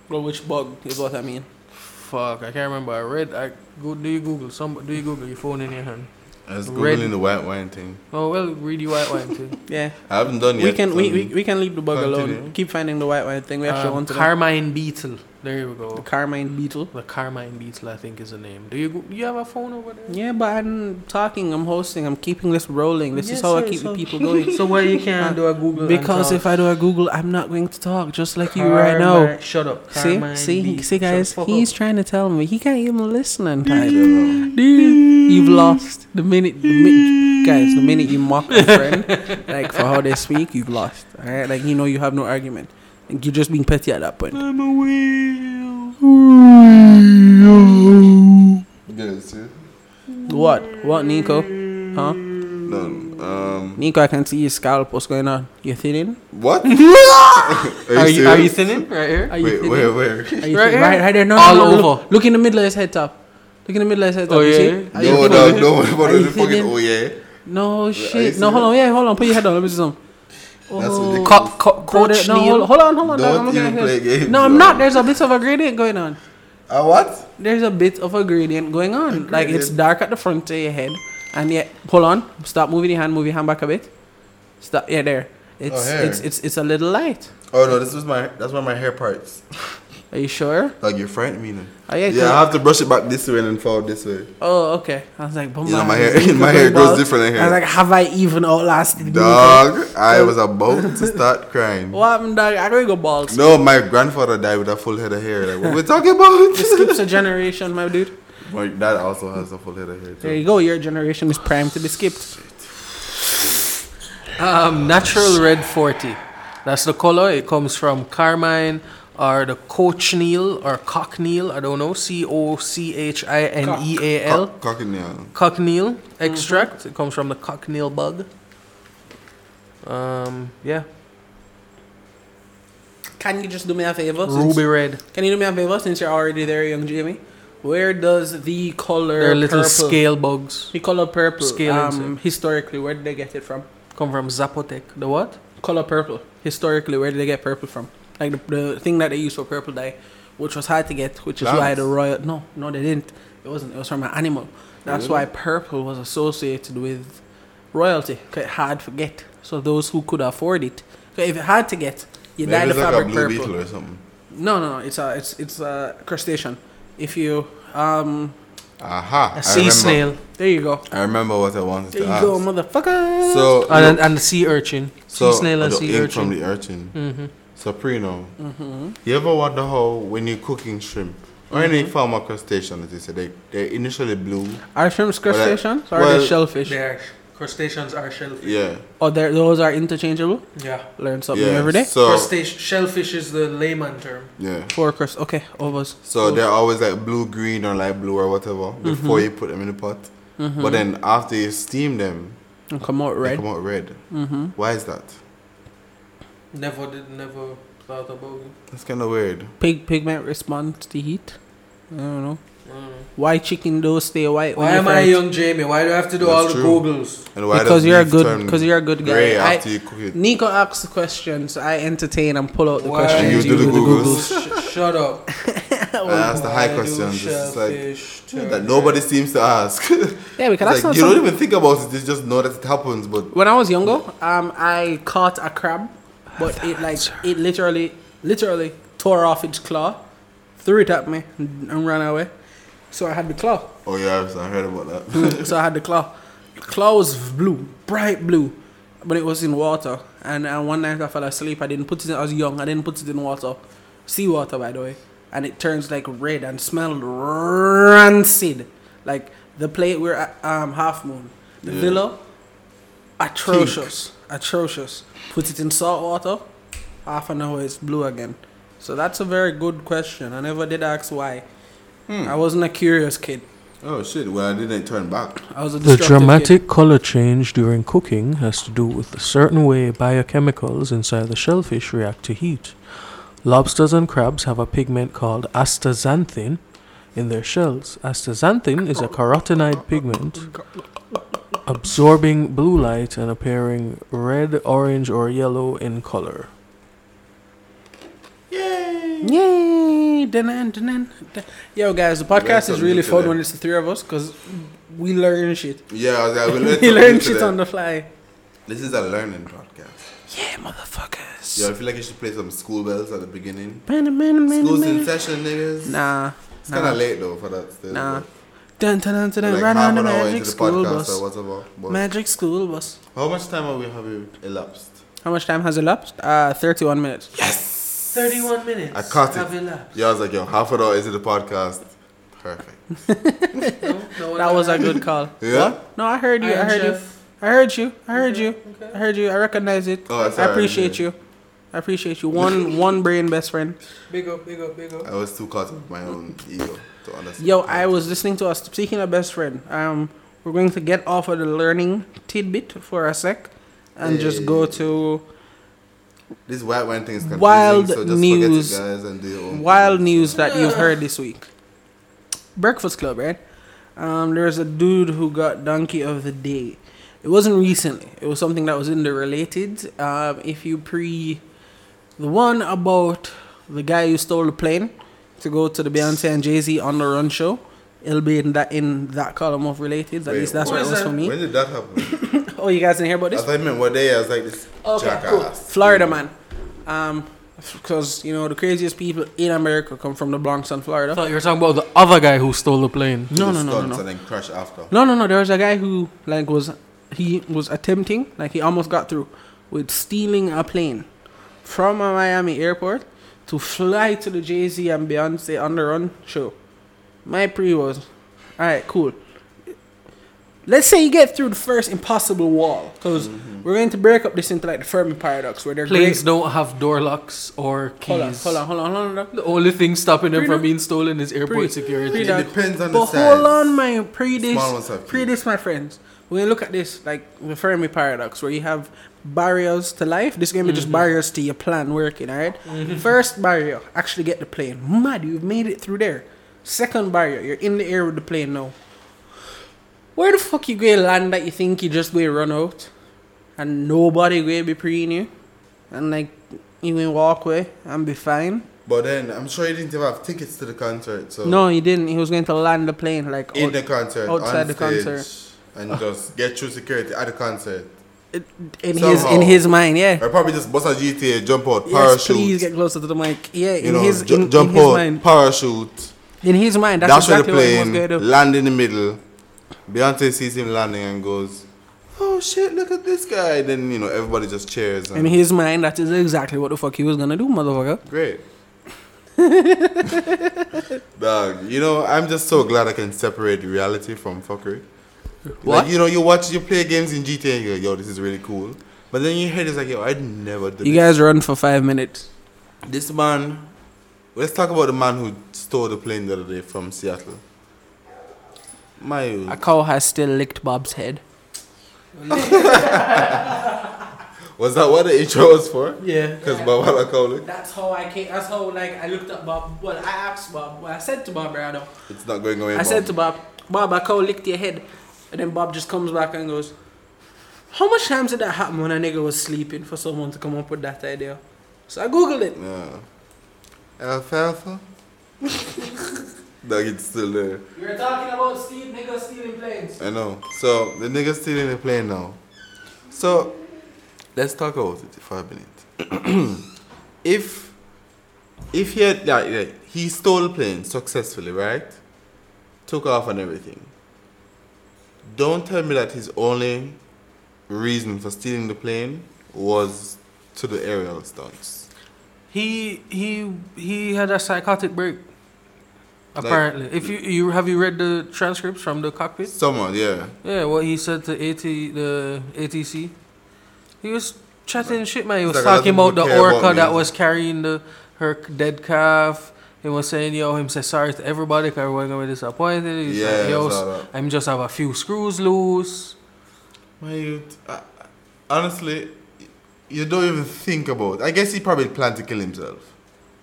Speaker 3: Well, which bug is what I mean.
Speaker 2: fuck, I can't remember. I read. I go. Do you Google? Some. Do you Google your phone in your hand?
Speaker 1: I was
Speaker 2: Red.
Speaker 1: googling the white wine thing.
Speaker 2: Oh well, read your white wine too.
Speaker 3: Yeah.
Speaker 1: I haven't done yet.
Speaker 3: we can we,
Speaker 1: um,
Speaker 3: we, we can leave the bug
Speaker 1: continue.
Speaker 3: alone. Keep finding the white wine thing. We actually
Speaker 2: Um,
Speaker 3: want to them.
Speaker 2: Carmine beetle. There
Speaker 3: the
Speaker 2: you go.
Speaker 3: carmine beetle.
Speaker 2: The Carmine beetle, I think, is the name. Do you go, you have a phone over there?
Speaker 3: Yeah, but I'm talking. I'm hosting. I'm keeping this rolling. This
Speaker 2: Yeah,
Speaker 3: is how
Speaker 2: so-
Speaker 3: I keep
Speaker 2: so-
Speaker 3: the people going.
Speaker 2: So why you can't
Speaker 3: Uh,
Speaker 2: do a Google?
Speaker 3: because if I do a Google, I'm not going to talk. Just like you right now.
Speaker 2: Shut up.
Speaker 3: See, see, see, guys. He's trying to tell me he can't even listen on time.
Speaker 1: Yo,
Speaker 3: Dude, you've lost the minute, the minute guys the minute you mock a friend like for how they speak you've lost all right like you know you have no argument like you're just being petty at that point
Speaker 2: I'm a whale.
Speaker 1: Good, see?
Speaker 3: what what nico huh
Speaker 1: None. Um,
Speaker 3: nico i can see your scalp what's going on you're thinning
Speaker 1: what?
Speaker 2: Are you are you
Speaker 1: serious?
Speaker 2: thinning right here?
Speaker 3: are you
Speaker 1: Wait,
Speaker 3: thinning
Speaker 1: where, where?
Speaker 3: Are you
Speaker 2: Right
Speaker 3: thin-
Speaker 2: here?
Speaker 3: right, right there no, no,
Speaker 2: All
Speaker 3: no,
Speaker 2: over.
Speaker 3: look, look in the middle of his head top look in the middle of his head top
Speaker 2: Oh,
Speaker 3: you
Speaker 2: yeah,
Speaker 3: see?
Speaker 2: yeah.
Speaker 3: Are
Speaker 1: No,
Speaker 3: you thinning?
Speaker 1: no, no, what
Speaker 3: Are
Speaker 1: is
Speaker 3: you
Speaker 1: the fucking
Speaker 3: thinning?
Speaker 1: oh yeah?
Speaker 3: no shit no
Speaker 1: serious?
Speaker 3: hold on yeah hold on put your head on let me see some
Speaker 1: That's
Speaker 3: Oh.
Speaker 1: ridiculous.
Speaker 2: Co- co-
Speaker 3: Hold it-
Speaker 2: coach
Speaker 3: no,
Speaker 2: Neil.
Speaker 3: hold, hold on, hold on. dog,
Speaker 1: Don't
Speaker 3: I'm looking
Speaker 1: even
Speaker 3: at this.
Speaker 1: play games,
Speaker 3: no, I'm
Speaker 1: dog.
Speaker 3: not. There's a bit of a gradient going on.
Speaker 1: Uh, what?
Speaker 3: There's a bit of a gradient going on. Like it's
Speaker 1: gradient.
Speaker 3: dark at the front of your head, and yet hold on, stop moving your hand, move your hand back a bit. Stop. Yeah, there. It's
Speaker 1: Oh, here.
Speaker 3: it's it's it's a little light.
Speaker 1: Oh no, this was my. That's why my hair parts.
Speaker 3: Are you sure?
Speaker 1: Like you're frightening me. Now.
Speaker 3: Oh yeah.
Speaker 1: Yeah, I
Speaker 3: yeah
Speaker 1: have to brush it back this way and then fold this way.
Speaker 3: oh okay. I was like, but
Speaker 1: You know, my hair- my hair grows different in
Speaker 3: I was
Speaker 1: here.
Speaker 3: like, have I even outlasted? Nico?
Speaker 1: Dog, I was about to start crying.
Speaker 3: What happened, dog? I don't go balls.
Speaker 1: No, my grandfather died with a full head of hair. Like, what we're talking about?
Speaker 3: Skips a generation, my dude.
Speaker 1: my dad also has a full head of hair.
Speaker 3: There
Speaker 1: Too.
Speaker 3: you go. Your generation is primed to be skipped.
Speaker 2: Um, natural red 40. That's the color. It comes from carmine or the cochineal or cochineal. I don't know. C O C H I N E A L.
Speaker 1: Cock- Mm-hmm. Cocking yeah.
Speaker 2: Cochineal extract. It comes from the cochineal bug. Um, yeah.
Speaker 3: Can you just do me a favor? since-
Speaker 2: Ruby red.
Speaker 3: Can you do me a favor since you're already there, young Jamie? Where does the color
Speaker 2: They're little
Speaker 3: purple,
Speaker 2: scale bugs.
Speaker 3: the color purple
Speaker 2: scale
Speaker 3: um,
Speaker 2: insect.
Speaker 3: historically where did they get it from?
Speaker 2: Come from Zapotec. The what?
Speaker 3: Color purple historically where did they get purple from? Like the, the thing that they used for purple dye, which was hard to get, which is why
Speaker 1: Plants.
Speaker 3: the royal no no they didn't. It wasn't. It was from an animal. That's why purple was associated with royalty. 'cause It hard to get. So those who could afford it, 'cause if it hard to get, you dye
Speaker 1: Maybe
Speaker 3: the
Speaker 1: it's like a
Speaker 3: fabric
Speaker 1: blue
Speaker 3: purple.
Speaker 1: beetle or something.
Speaker 3: No, no, no. It's a it's it's a crustacean. If you um,
Speaker 1: Aha! I
Speaker 2: A sea
Speaker 1: remember.
Speaker 2: snail.
Speaker 3: there you go.
Speaker 1: I remember what I wanted
Speaker 3: There
Speaker 1: to
Speaker 3: you
Speaker 1: ask.
Speaker 3: go, Oh, motherfucker.
Speaker 1: So,
Speaker 2: And, and the sea urchin.
Speaker 1: so oh,
Speaker 2: sea snail and
Speaker 1: the
Speaker 2: sea
Speaker 1: ink from
Speaker 2: urchin.
Speaker 1: the urchin.
Speaker 3: Mm-hmm.
Speaker 2: hmm
Speaker 1: Soprano. You ever wonder how when you're cooking shrimp or
Speaker 3: Mm-hmm.
Speaker 1: any form of crustacean, as you said, they they're initially blue.
Speaker 3: are shrimps crustaceans or are
Speaker 1: well-
Speaker 3: they shellfish?
Speaker 2: They're crustaceans are shellfish.
Speaker 1: Yeah.
Speaker 3: Oh, they're- those are interchangeable.
Speaker 2: Yeah.
Speaker 3: Learn something
Speaker 1: yeah.
Speaker 3: every day.
Speaker 1: So
Speaker 2: Crustace- shellfish is the layman term.
Speaker 1: yeah.
Speaker 3: Four crust. Okay, overs.
Speaker 1: So they're always like blue
Speaker 3: Mm-hmm.
Speaker 1: green or light blue or whatever before you put them in the pot. But then after you steam them,
Speaker 3: And come out
Speaker 1: They
Speaker 3: Mm-hmm. red.
Speaker 1: come out red.
Speaker 3: Mm-hmm.
Speaker 1: Why is that?
Speaker 2: Never did, never thought about it.
Speaker 1: That's kind of weird.
Speaker 3: Pig pigment responds to heat. I don't know. Why chicken dough stay white?
Speaker 2: Mm. Why
Speaker 3: when
Speaker 2: am
Speaker 3: you
Speaker 2: I
Speaker 3: fry it?
Speaker 2: young Jamie? Why do I have to do
Speaker 1: That's
Speaker 2: all the
Speaker 1: true.
Speaker 2: Googles?
Speaker 1: And why
Speaker 3: Because
Speaker 1: does
Speaker 3: you're a
Speaker 1: leaf
Speaker 3: good.
Speaker 1: turn
Speaker 3: Because you're a good
Speaker 1: gray
Speaker 3: guy. I-
Speaker 1: after you cook it?
Speaker 3: Nico asks questions. I entertain and pull out the
Speaker 2: Why
Speaker 3: questions.
Speaker 1: You do the Googles.
Speaker 2: Sh- shut up.
Speaker 1: I asked the high
Speaker 2: Why do
Speaker 1: questions. It's like
Speaker 2: shellfish turn
Speaker 1: that nobody
Speaker 2: red?
Speaker 1: seems to ask.
Speaker 3: Yeah, because
Speaker 1: It's
Speaker 3: that's
Speaker 1: like,
Speaker 3: not
Speaker 1: you don't
Speaker 3: something.
Speaker 1: even think about it. You just know that it happens. But
Speaker 3: When I was younger, um, I caught a crab, but it like it literally, literally tore off its claw, threw it at me, and and ran away. So I had the claw.
Speaker 1: oh yeah, I heard about that.
Speaker 3: so I had the claw. The claw was blue, bright blue, but it was in water. And uh, one night I fell asleep. I didn't put it. In, I was young. I didn't put it in water, seawater, by the way. And it turns like red and smelled rancid. Like the plate we're at, um, half moon, the
Speaker 1: Yeah.
Speaker 3: villa, atrocious, atrocious. Put it in salt water, half an hour it's blue again. So that's a very good question. I never did ask why. I wasn't a curious kid.
Speaker 1: oh shit! Well, I didn't turn back.
Speaker 3: I was a
Speaker 2: The
Speaker 3: destructive kid.
Speaker 2: dramatic color change during cooking has to do with a certain way biochemicals inside the shellfish react to heat. Lobsters and crabs have a pigment called astaxanthin in their shells. Astaxanthin is a carotenoid pigment absorbing blue light and appearing red, orange, or yellow in color.
Speaker 3: Yay! Dun-dun, dun-dun, dun. Yo, guys, the podcast
Speaker 1: Learned
Speaker 3: is
Speaker 1: something
Speaker 3: really fun
Speaker 1: today.
Speaker 3: when it's the three of us because we learn shit.
Speaker 1: Yeah, I was like, we learned
Speaker 3: we
Speaker 1: something
Speaker 3: learn shit
Speaker 1: today.
Speaker 3: on the fly.
Speaker 1: This is a learning podcast.
Speaker 3: Yeah, motherfuckers.
Speaker 1: Yeah, I feel like you should play some school bells at the beginning.
Speaker 3: Man, man, man,
Speaker 1: School's in
Speaker 3: man.
Speaker 1: session, niggas.
Speaker 3: Nah,
Speaker 1: it's kind
Speaker 3: nah,
Speaker 1: of late though for that. Still,
Speaker 3: nah.
Speaker 1: but-
Speaker 3: Dun dun dun dun.
Speaker 1: Like
Speaker 3: Right
Speaker 1: half
Speaker 3: on the
Speaker 1: an hour
Speaker 3: magic
Speaker 1: into the
Speaker 3: school
Speaker 1: podcast or
Speaker 3: bus.
Speaker 1: whatever. but-
Speaker 3: Magic school bus.
Speaker 1: How much time have we have we elapsed?
Speaker 3: How much time has elapsed? Uh, thirty-one minutes.
Speaker 1: Yes.
Speaker 2: 31 minutes.
Speaker 1: I caught it. have Yeah, I was like, yo, half an hour into the podcast. Perfect.
Speaker 3: That was a good call.
Speaker 1: Yeah?
Speaker 3: What? No, I heard you. I heard you. I heard you. I heard you. I heard you. I recognize it.
Speaker 1: Oh, that's
Speaker 3: I
Speaker 1: alright,
Speaker 3: appreciate
Speaker 1: yeah.
Speaker 3: you. I appreciate you. One, one brain best friend.
Speaker 2: Big up, big up, big up.
Speaker 1: I was too caught up with my own ego to understand.
Speaker 3: Yo, I was listening to us speaking of best friend. Um, we're going to get off of the learning tidbit for a sec, and just go to
Speaker 1: This white wine thing is confusing.
Speaker 3: Wild
Speaker 1: so just
Speaker 3: news.
Speaker 1: Forget it, guys, and do your own
Speaker 3: wild
Speaker 1: thing.
Speaker 3: news that you've heard this week. Breakfast Club, right? Um, there's a dude who got donkey of the day. It wasn't recently. It was something that was in the related. Um, if you pre, the one about the guy who stole the plane to go to the Beyonce and Jay Z on the Run show, it'll be in that in that column of related. At
Speaker 1: Wait,
Speaker 3: least that's
Speaker 1: who
Speaker 3: what it
Speaker 2: is
Speaker 3: was
Speaker 2: that?
Speaker 3: for me.
Speaker 1: When did that happen?
Speaker 3: Oh, you guys didn't hear about
Speaker 1: I
Speaker 3: this?
Speaker 1: thought you meant what day I was like this jackass.
Speaker 3: Florida man. Um, because you know the craziest people in America come from the Bronx and
Speaker 2: I
Speaker 3: Florida.
Speaker 2: thought you were talking about the other guy who stole the plane.
Speaker 1: Do the
Speaker 3: No, no, no, no,
Speaker 1: stunts
Speaker 3: no.
Speaker 1: And then crash after.
Speaker 3: No, no, no. There was a guy who like was he was attempting like he almost got through with stealing a plane from a Miami airport to fly to the Jay Z and Beyonce on the Run show. My pre was, all right, cool. Let's say you get through the first impossible wall because we're going to break up this into like the Fermi paradox where they're
Speaker 2: Planes
Speaker 3: great.
Speaker 2: don't have door locks or
Speaker 3: Hold on,
Speaker 2: keys.
Speaker 3: hold on, hold on, hold on.
Speaker 2: The only thing stopping them
Speaker 3: Freedom.
Speaker 2: from being stolen is airport
Speaker 3: Free-
Speaker 2: security.
Speaker 3: free
Speaker 1: It
Speaker 3: that.
Speaker 1: depends on
Speaker 3: But
Speaker 1: the size.
Speaker 3: hold on, man. Pre
Speaker 1: Small ones
Speaker 3: this,
Speaker 1: have
Speaker 3: pre
Speaker 1: keys.
Speaker 3: this, my friends. When you look at this, like the Fermi paradox, where you have barriers to life, this is gonna be
Speaker 2: Mm-hmm.
Speaker 3: just barriers to your plan working. All right? First barrier, actually get the plane. Mad, you've made it through there. Second barrier, you're in the air with the plane now. Where the fuck you gonna land that you think you just gonna run out, and nobody gonna be preying you, and like you gonna walk away and be fine.
Speaker 1: But then I'm sure you didn't even have tickets to the concert. So
Speaker 3: No, he didn't. He was going to land the plane like
Speaker 1: in
Speaker 3: out-
Speaker 1: the concert,
Speaker 3: outside
Speaker 1: on
Speaker 3: the
Speaker 1: stage,
Speaker 3: concert.
Speaker 1: and just get through security at the concert.
Speaker 3: oh, in his
Speaker 1: somehow.
Speaker 3: in his mind, yeah.
Speaker 1: Or probably just bust a GTA, jump out,
Speaker 3: Yes,
Speaker 1: parachute.
Speaker 3: please get closer to the mic. Yeah, in
Speaker 1: you know,
Speaker 3: his
Speaker 1: ju-
Speaker 3: in,
Speaker 1: jump
Speaker 3: in his
Speaker 1: out,
Speaker 3: mind,
Speaker 1: parachute,
Speaker 3: in his mind, that's
Speaker 1: dash
Speaker 3: exactly
Speaker 1: with
Speaker 3: what he was
Speaker 1: the
Speaker 3: going to
Speaker 1: plane,
Speaker 3: do.
Speaker 1: land in the middle. Beyonce sees him landing and goes, "Oh shit, look at this guy!" Then you know everybody just cheers.
Speaker 3: In
Speaker 1: And
Speaker 3: his mind, that is exactly what the fuck he was gonna do, motherfucker.
Speaker 1: great. Dog, you know I'm just so glad I can separate reality from fuckery.
Speaker 3: What?
Speaker 1: Like you know, you watch, you play games in GTA, and you go, "Yo, this is really cool," but then you hear this like, "Yo, I'd never do
Speaker 3: You
Speaker 1: this."
Speaker 3: guys run for five minutes.
Speaker 1: This man, let's talk about the man who stole the plane the other day from Seattle. My, Mm.
Speaker 3: A cow has still licked Bob's head.
Speaker 1: Was that what the intro was for?
Speaker 2: Yeah.
Speaker 1: Because Babala Kowlik,
Speaker 3: That's how I came. That's how like I looked up Bob. Well, I asked Bob. Well, I said to Bob rather.
Speaker 1: it's not going away.
Speaker 3: I
Speaker 1: Bob.
Speaker 3: said to Bob, Bob, I cow licked your head, and then Bob just comes back and goes, "How much times did that happen when a nigga was sleeping for someone to come up with that idea?" So I googled it.
Speaker 1: Yeah. Alfalfa? Dog, it's still there.
Speaker 3: You were talking about Steve niggas stealing planes.
Speaker 1: I know. So, the nigga's still in the plane now. So, let's talk about it for a minute. if if he had, like, like, he stole the plane successfully, right? Took off and everything. Don't tell me that his only reason for stealing the plane was to the aerial stunts.
Speaker 2: He he he had a psychotic break. Apparently, if you you have you read the transcripts from the cockpit?
Speaker 1: Someone, yeah.
Speaker 2: Yeah, what he said to AT the ATC. He was chatting shit, man. He
Speaker 1: It's
Speaker 2: was
Speaker 1: like I
Speaker 2: talking
Speaker 1: don't
Speaker 2: about the
Speaker 1: care about
Speaker 2: orca
Speaker 1: me.
Speaker 2: that was carrying the her c- dead calf. He was saying, "Yo, him say sorry to everybody, cause everyone gonna be disappointed." He's
Speaker 1: Yeah,
Speaker 2: like, "Yo,
Speaker 1: I saw that.
Speaker 2: I'm just have a few screws loose."
Speaker 1: My youth, I, I- honestly, you don't even think about. I guess he probably planned to kill himself.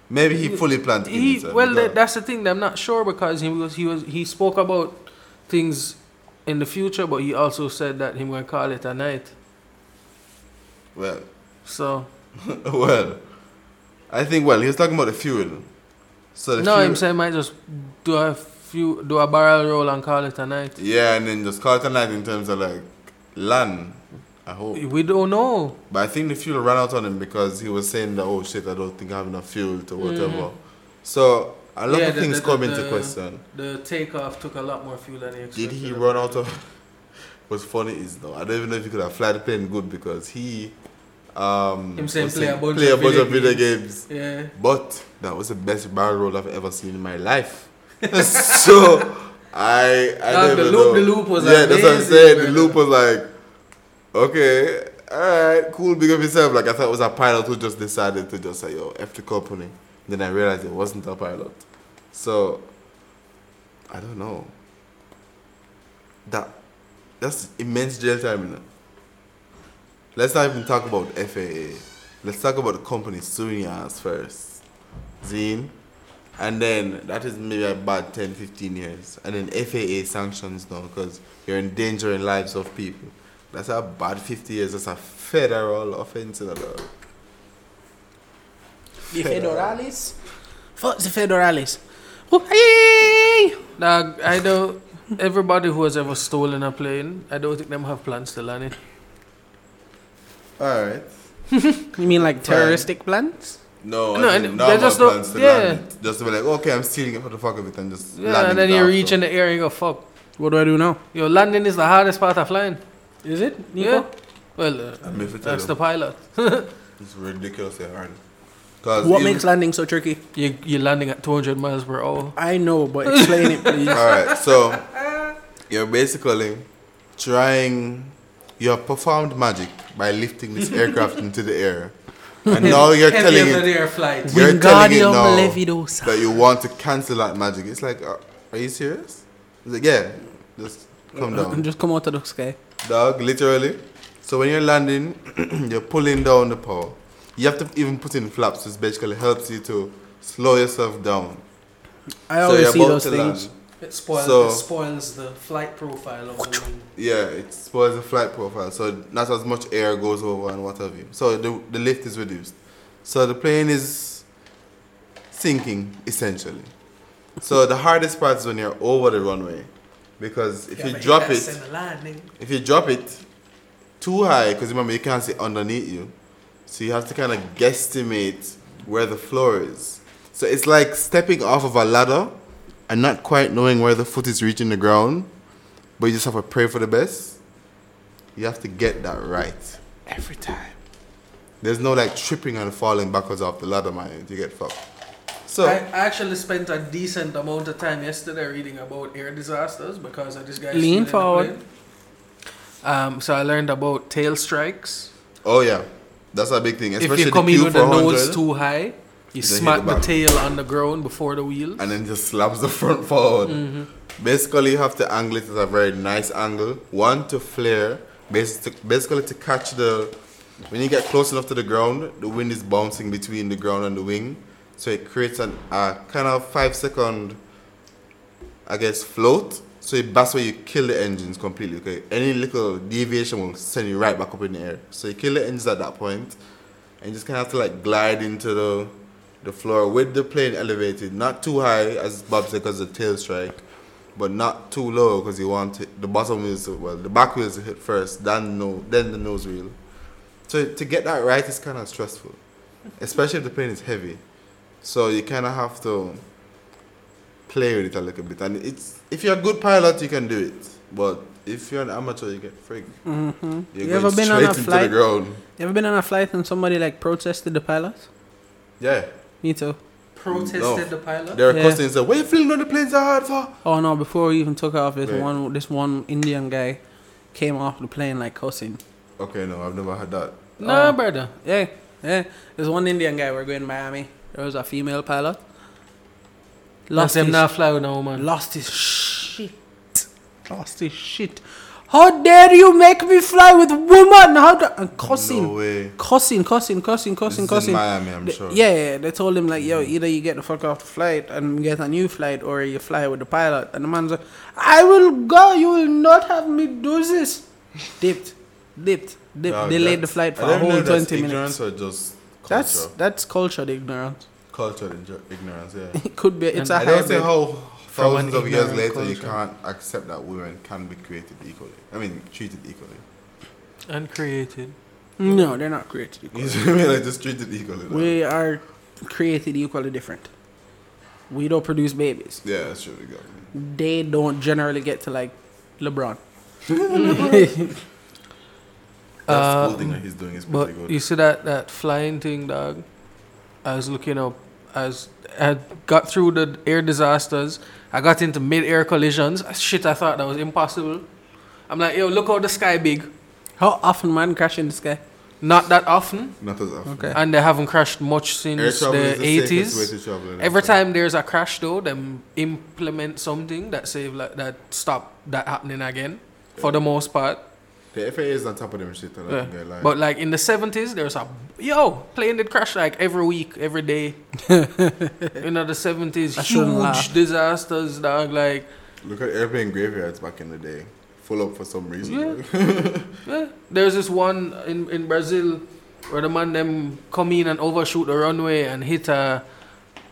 Speaker 1: Maybe he fully planned to kill
Speaker 2: He
Speaker 1: himself.
Speaker 2: well, that,
Speaker 1: because-
Speaker 2: that's the thing. that I'm not sure because he was he was he spoke about things in the future, but he also said that he gonna call it a night.
Speaker 1: well,
Speaker 2: So
Speaker 1: well, I think well he was talking about the fuel. So the
Speaker 2: no,
Speaker 1: fuel,
Speaker 2: I'm saying might just do a few do a barrel roll and call it a night.
Speaker 1: yeah, and then just call it a night in terms of like land. I hope,
Speaker 2: We don't know.
Speaker 1: but I think the fuel ran out on him because he was saying that oh shit, I don't think I have enough fuel to whatever. So a lot
Speaker 2: Mm. Yeah,
Speaker 1: of
Speaker 2: the-
Speaker 1: things
Speaker 2: the-
Speaker 1: come
Speaker 2: the-
Speaker 1: into
Speaker 2: the-
Speaker 1: question.
Speaker 2: The takeoff took a lot more fuel than he expected.
Speaker 1: Did he run out of? What's funny is though I don't even know if he could have fly the plane good because he, um,
Speaker 2: Him saying
Speaker 1: was
Speaker 2: play a bunch
Speaker 1: play
Speaker 2: of
Speaker 1: a bunch
Speaker 2: video
Speaker 1: of video games.
Speaker 2: Yeah.
Speaker 1: But that was the best barrel roll I've ever seen in my life. so I, I
Speaker 2: Dog,
Speaker 1: don't
Speaker 2: the
Speaker 1: even
Speaker 2: loop-
Speaker 1: know.
Speaker 2: the loop was
Speaker 1: yeah. that's what I'm
Speaker 2: amazing,
Speaker 1: saying. The
Speaker 2: man.
Speaker 1: loop was like, okay, all right, cool, big up yourself. Like I thought it was a pilot who just decided to just say, yo, f the company. Then I realized it wasn't a pilot. So I don't know. That that's immense jail time, you know. Let's not even talk about FAA. Let's talk about the company suing your ass first. Zine. And then that is maybe about 10, 15 years. And then FAA sanctions now because you're endangering lives of people. That's about 50 years. That's a federal offense. you know, dog.
Speaker 3: The federales. Fuck the federales. Oh, hey!
Speaker 2: Dog, I don't. Everybody who has ever stolen a plane, I don't think them have plans to land it.
Speaker 1: All right.
Speaker 3: You mean like terroristic plans?
Speaker 1: No,
Speaker 2: No,
Speaker 1: no,
Speaker 2: and
Speaker 1: now
Speaker 2: they
Speaker 1: my
Speaker 2: just don't-
Speaker 1: plans to
Speaker 2: yeah.
Speaker 1: land it. Just to be like, okay, I'm stealing it for the fuck of it and just
Speaker 2: Yeah,
Speaker 1: landing
Speaker 2: and then
Speaker 1: it
Speaker 2: you
Speaker 1: after.
Speaker 2: reach in the air, you go fuck.
Speaker 3: What do I do now?
Speaker 2: Yo, landing is the hardest part of flying.
Speaker 3: Is it?
Speaker 2: Yeah.
Speaker 3: Nico?
Speaker 2: Well, uh,
Speaker 1: I'm if it's
Speaker 2: that's the
Speaker 1: yellow.
Speaker 2: pilot.
Speaker 1: It's ridiculously hard. Cause
Speaker 3: What
Speaker 1: even-
Speaker 3: makes landing so tricky?
Speaker 2: You you're landing at 200 miles per hour.
Speaker 3: I know, but explain it, please.
Speaker 1: All right, so you're basically trying. You have performed magic by lifting this aircraft into the air, and now you're telling it
Speaker 2: air flight.
Speaker 1: you're telling it
Speaker 3: Wingardium
Speaker 1: now
Speaker 3: Leviosa.
Speaker 1: that you want to cancel that magic. It's like, uh, are you serious? It's like, yeah, just come down,
Speaker 3: Just come out of the sky.
Speaker 1: dog. Literally. So when you're landing, you're pulling down the power. You have to even put in flaps, which basically helps you to slow yourself down.
Speaker 3: I
Speaker 1: so
Speaker 3: always
Speaker 1: you're
Speaker 3: see
Speaker 1: about
Speaker 3: those
Speaker 1: to
Speaker 3: things.
Speaker 1: land.
Speaker 2: It
Speaker 1: spoils- So- it
Speaker 2: spoils the flight profile of the wing.
Speaker 1: Yeah, it spoils the flight profile, so not as much air goes over and what have you. So the, the lift is reduced. So the plane is sinking, essentially. So the hardest part is when you're over the runway, because if you drop it, if you drop it too high, because remember you can't see underneath you, so you have to kind of guesstimate where the floor is. So it's like stepping off of a ladder and not quite knowing where the foot is reaching the ground, but you just have to pray for the best. You have to get that right every time. There's no like tripping and falling backwards off the ladder, man. You get fucked. So
Speaker 2: I I actually spent a decent amount of time yesterday reading about air disasters because of this guy.
Speaker 3: Lean
Speaker 2: stealing a
Speaker 3: forward.
Speaker 2: plane. Um, so I learned about tail strikes.
Speaker 1: oh yeah, that's a big thing. Especially
Speaker 2: if you come
Speaker 1: the
Speaker 2: in
Speaker 1: Q400,
Speaker 2: with the nose too high, you
Speaker 1: hit the
Speaker 2: smack the,
Speaker 1: back.
Speaker 2: tail on the ground before the wheels.
Speaker 1: and then just slaps the front forward. Basically, you have to angle it at a very nice angle. One to flare Basi- basically to catch the when you get close enough to the ground the wind is bouncing between the ground and the wing so it creates an, a kind of five second i guess float so it, that's where you kill the engines completely okay any little deviation will send you right back up in the air so you kill the engines at that point and you just kind of have to like glide into the the floor with the plane elevated not too high as bob said because of the tail strike but not too low because you want it, the bottom wheels to- well the back wheels to hit first then no then the nose wheel so to get that right is kind of stressful especially if the plane is heavy so you kind of have to play with it a little bit and it's if you're a good pilot you can do it but if you're an amateur you get frigged
Speaker 3: Mm-hmm.
Speaker 1: you're
Speaker 3: You ever been on a
Speaker 1: into the
Speaker 3: flight? You
Speaker 1: ground
Speaker 3: ever been on a flight and somebody like protested the pilot?
Speaker 1: yeah
Speaker 3: Me too.
Speaker 1: Protested No. the
Speaker 2: pilot?
Speaker 1: they're
Speaker 3: Yeah.
Speaker 1: cussing and say what you feeling on the planes are hard for
Speaker 3: Oh no! Before we even took off, this
Speaker 1: Right.
Speaker 3: one this one Indian guy came off the plane like cussing.
Speaker 1: okay no I've never had that
Speaker 2: Nah,
Speaker 3: Oh.
Speaker 2: brother.
Speaker 3: Yeah, yeah. There's one Indian guy. We're going to Miami. There was a female pilot.
Speaker 2: Lost
Speaker 3: Lost
Speaker 2: them
Speaker 3: his,
Speaker 2: now fly with no man.
Speaker 3: lost his shit. Lost his shit. How dare you make me fly with woman? How da- and cussing,
Speaker 1: no way
Speaker 3: cussing, cussing, cussing,
Speaker 1: this
Speaker 3: cussing,
Speaker 1: is in
Speaker 3: cussing.
Speaker 1: Miami I'm
Speaker 3: They-
Speaker 1: sure Mm-hmm.
Speaker 3: Yeah, yeah, they told him like, yo, either you get the fuck off the flight and get a new flight, or you fly with the pilot. And the man's like, I will go. You will not have me do this. dipped, dipped, dipped.
Speaker 1: Dog,
Speaker 3: delayed the
Speaker 1: that's-
Speaker 3: flight
Speaker 1: I
Speaker 3: for a
Speaker 1: don't know
Speaker 3: whole
Speaker 1: if that's
Speaker 3: twenty minutes.
Speaker 1: ignorance or just culture.
Speaker 3: That's that's cultured ignorance.
Speaker 1: cultural inju- ignorance. Yeah.
Speaker 3: It could be. It's
Speaker 2: And
Speaker 3: a
Speaker 1: I don't see
Speaker 3: hybrid.
Speaker 1: how
Speaker 2: From
Speaker 1: thousands
Speaker 2: an
Speaker 1: of years
Speaker 2: ignorant
Speaker 1: later you
Speaker 2: culture.
Speaker 1: can't accept that women can be created equally. I mean, treated equally.
Speaker 2: And created.
Speaker 3: No, they're not created
Speaker 1: You
Speaker 3: equal.
Speaker 1: see what I mean? Like just treated equally. though.
Speaker 3: We are created equally different. We don't produce babies.
Speaker 1: yeah, that's true. we got it.
Speaker 2: Uh,
Speaker 3: They don't generally get to like LeBron.
Speaker 1: That
Speaker 2: Uh,
Speaker 1: school thing that he's doing is pretty
Speaker 2: But
Speaker 1: good.
Speaker 2: you see that that flying thing, dog. I was looking up. I was I had got through the air disasters. I got into mid-air collisions. Ah, Shit, I thought that was impossible. I'm like, yo, look out the sky big.
Speaker 3: How often man crash in the sky?
Speaker 2: Not that often,
Speaker 1: Not as often.
Speaker 3: Okay.
Speaker 2: and they haven't crashed much
Speaker 1: Air
Speaker 2: since
Speaker 1: travel
Speaker 2: the
Speaker 1: is the safest way
Speaker 2: 80s.
Speaker 1: to travel. in
Speaker 2: Every
Speaker 1: Africa.
Speaker 2: time there's a crash, though, them implement something that save like that stop that happening again. For the most part,
Speaker 1: The FAA is on top of them shit. I don't
Speaker 2: Yeah.
Speaker 1: think they're lying.
Speaker 2: But like in the seventies, there was a yo plane did crash like every week, every day. you know the seventies,
Speaker 3: I
Speaker 2: huge
Speaker 3: shouldn't laugh.
Speaker 2: disasters, dog. Like
Speaker 1: Look at airplane graveyards back in the day. Full up for some reason.
Speaker 2: yeah. eh. there's this one in in Brazil where the man them come in and overshoot the runway and hit a,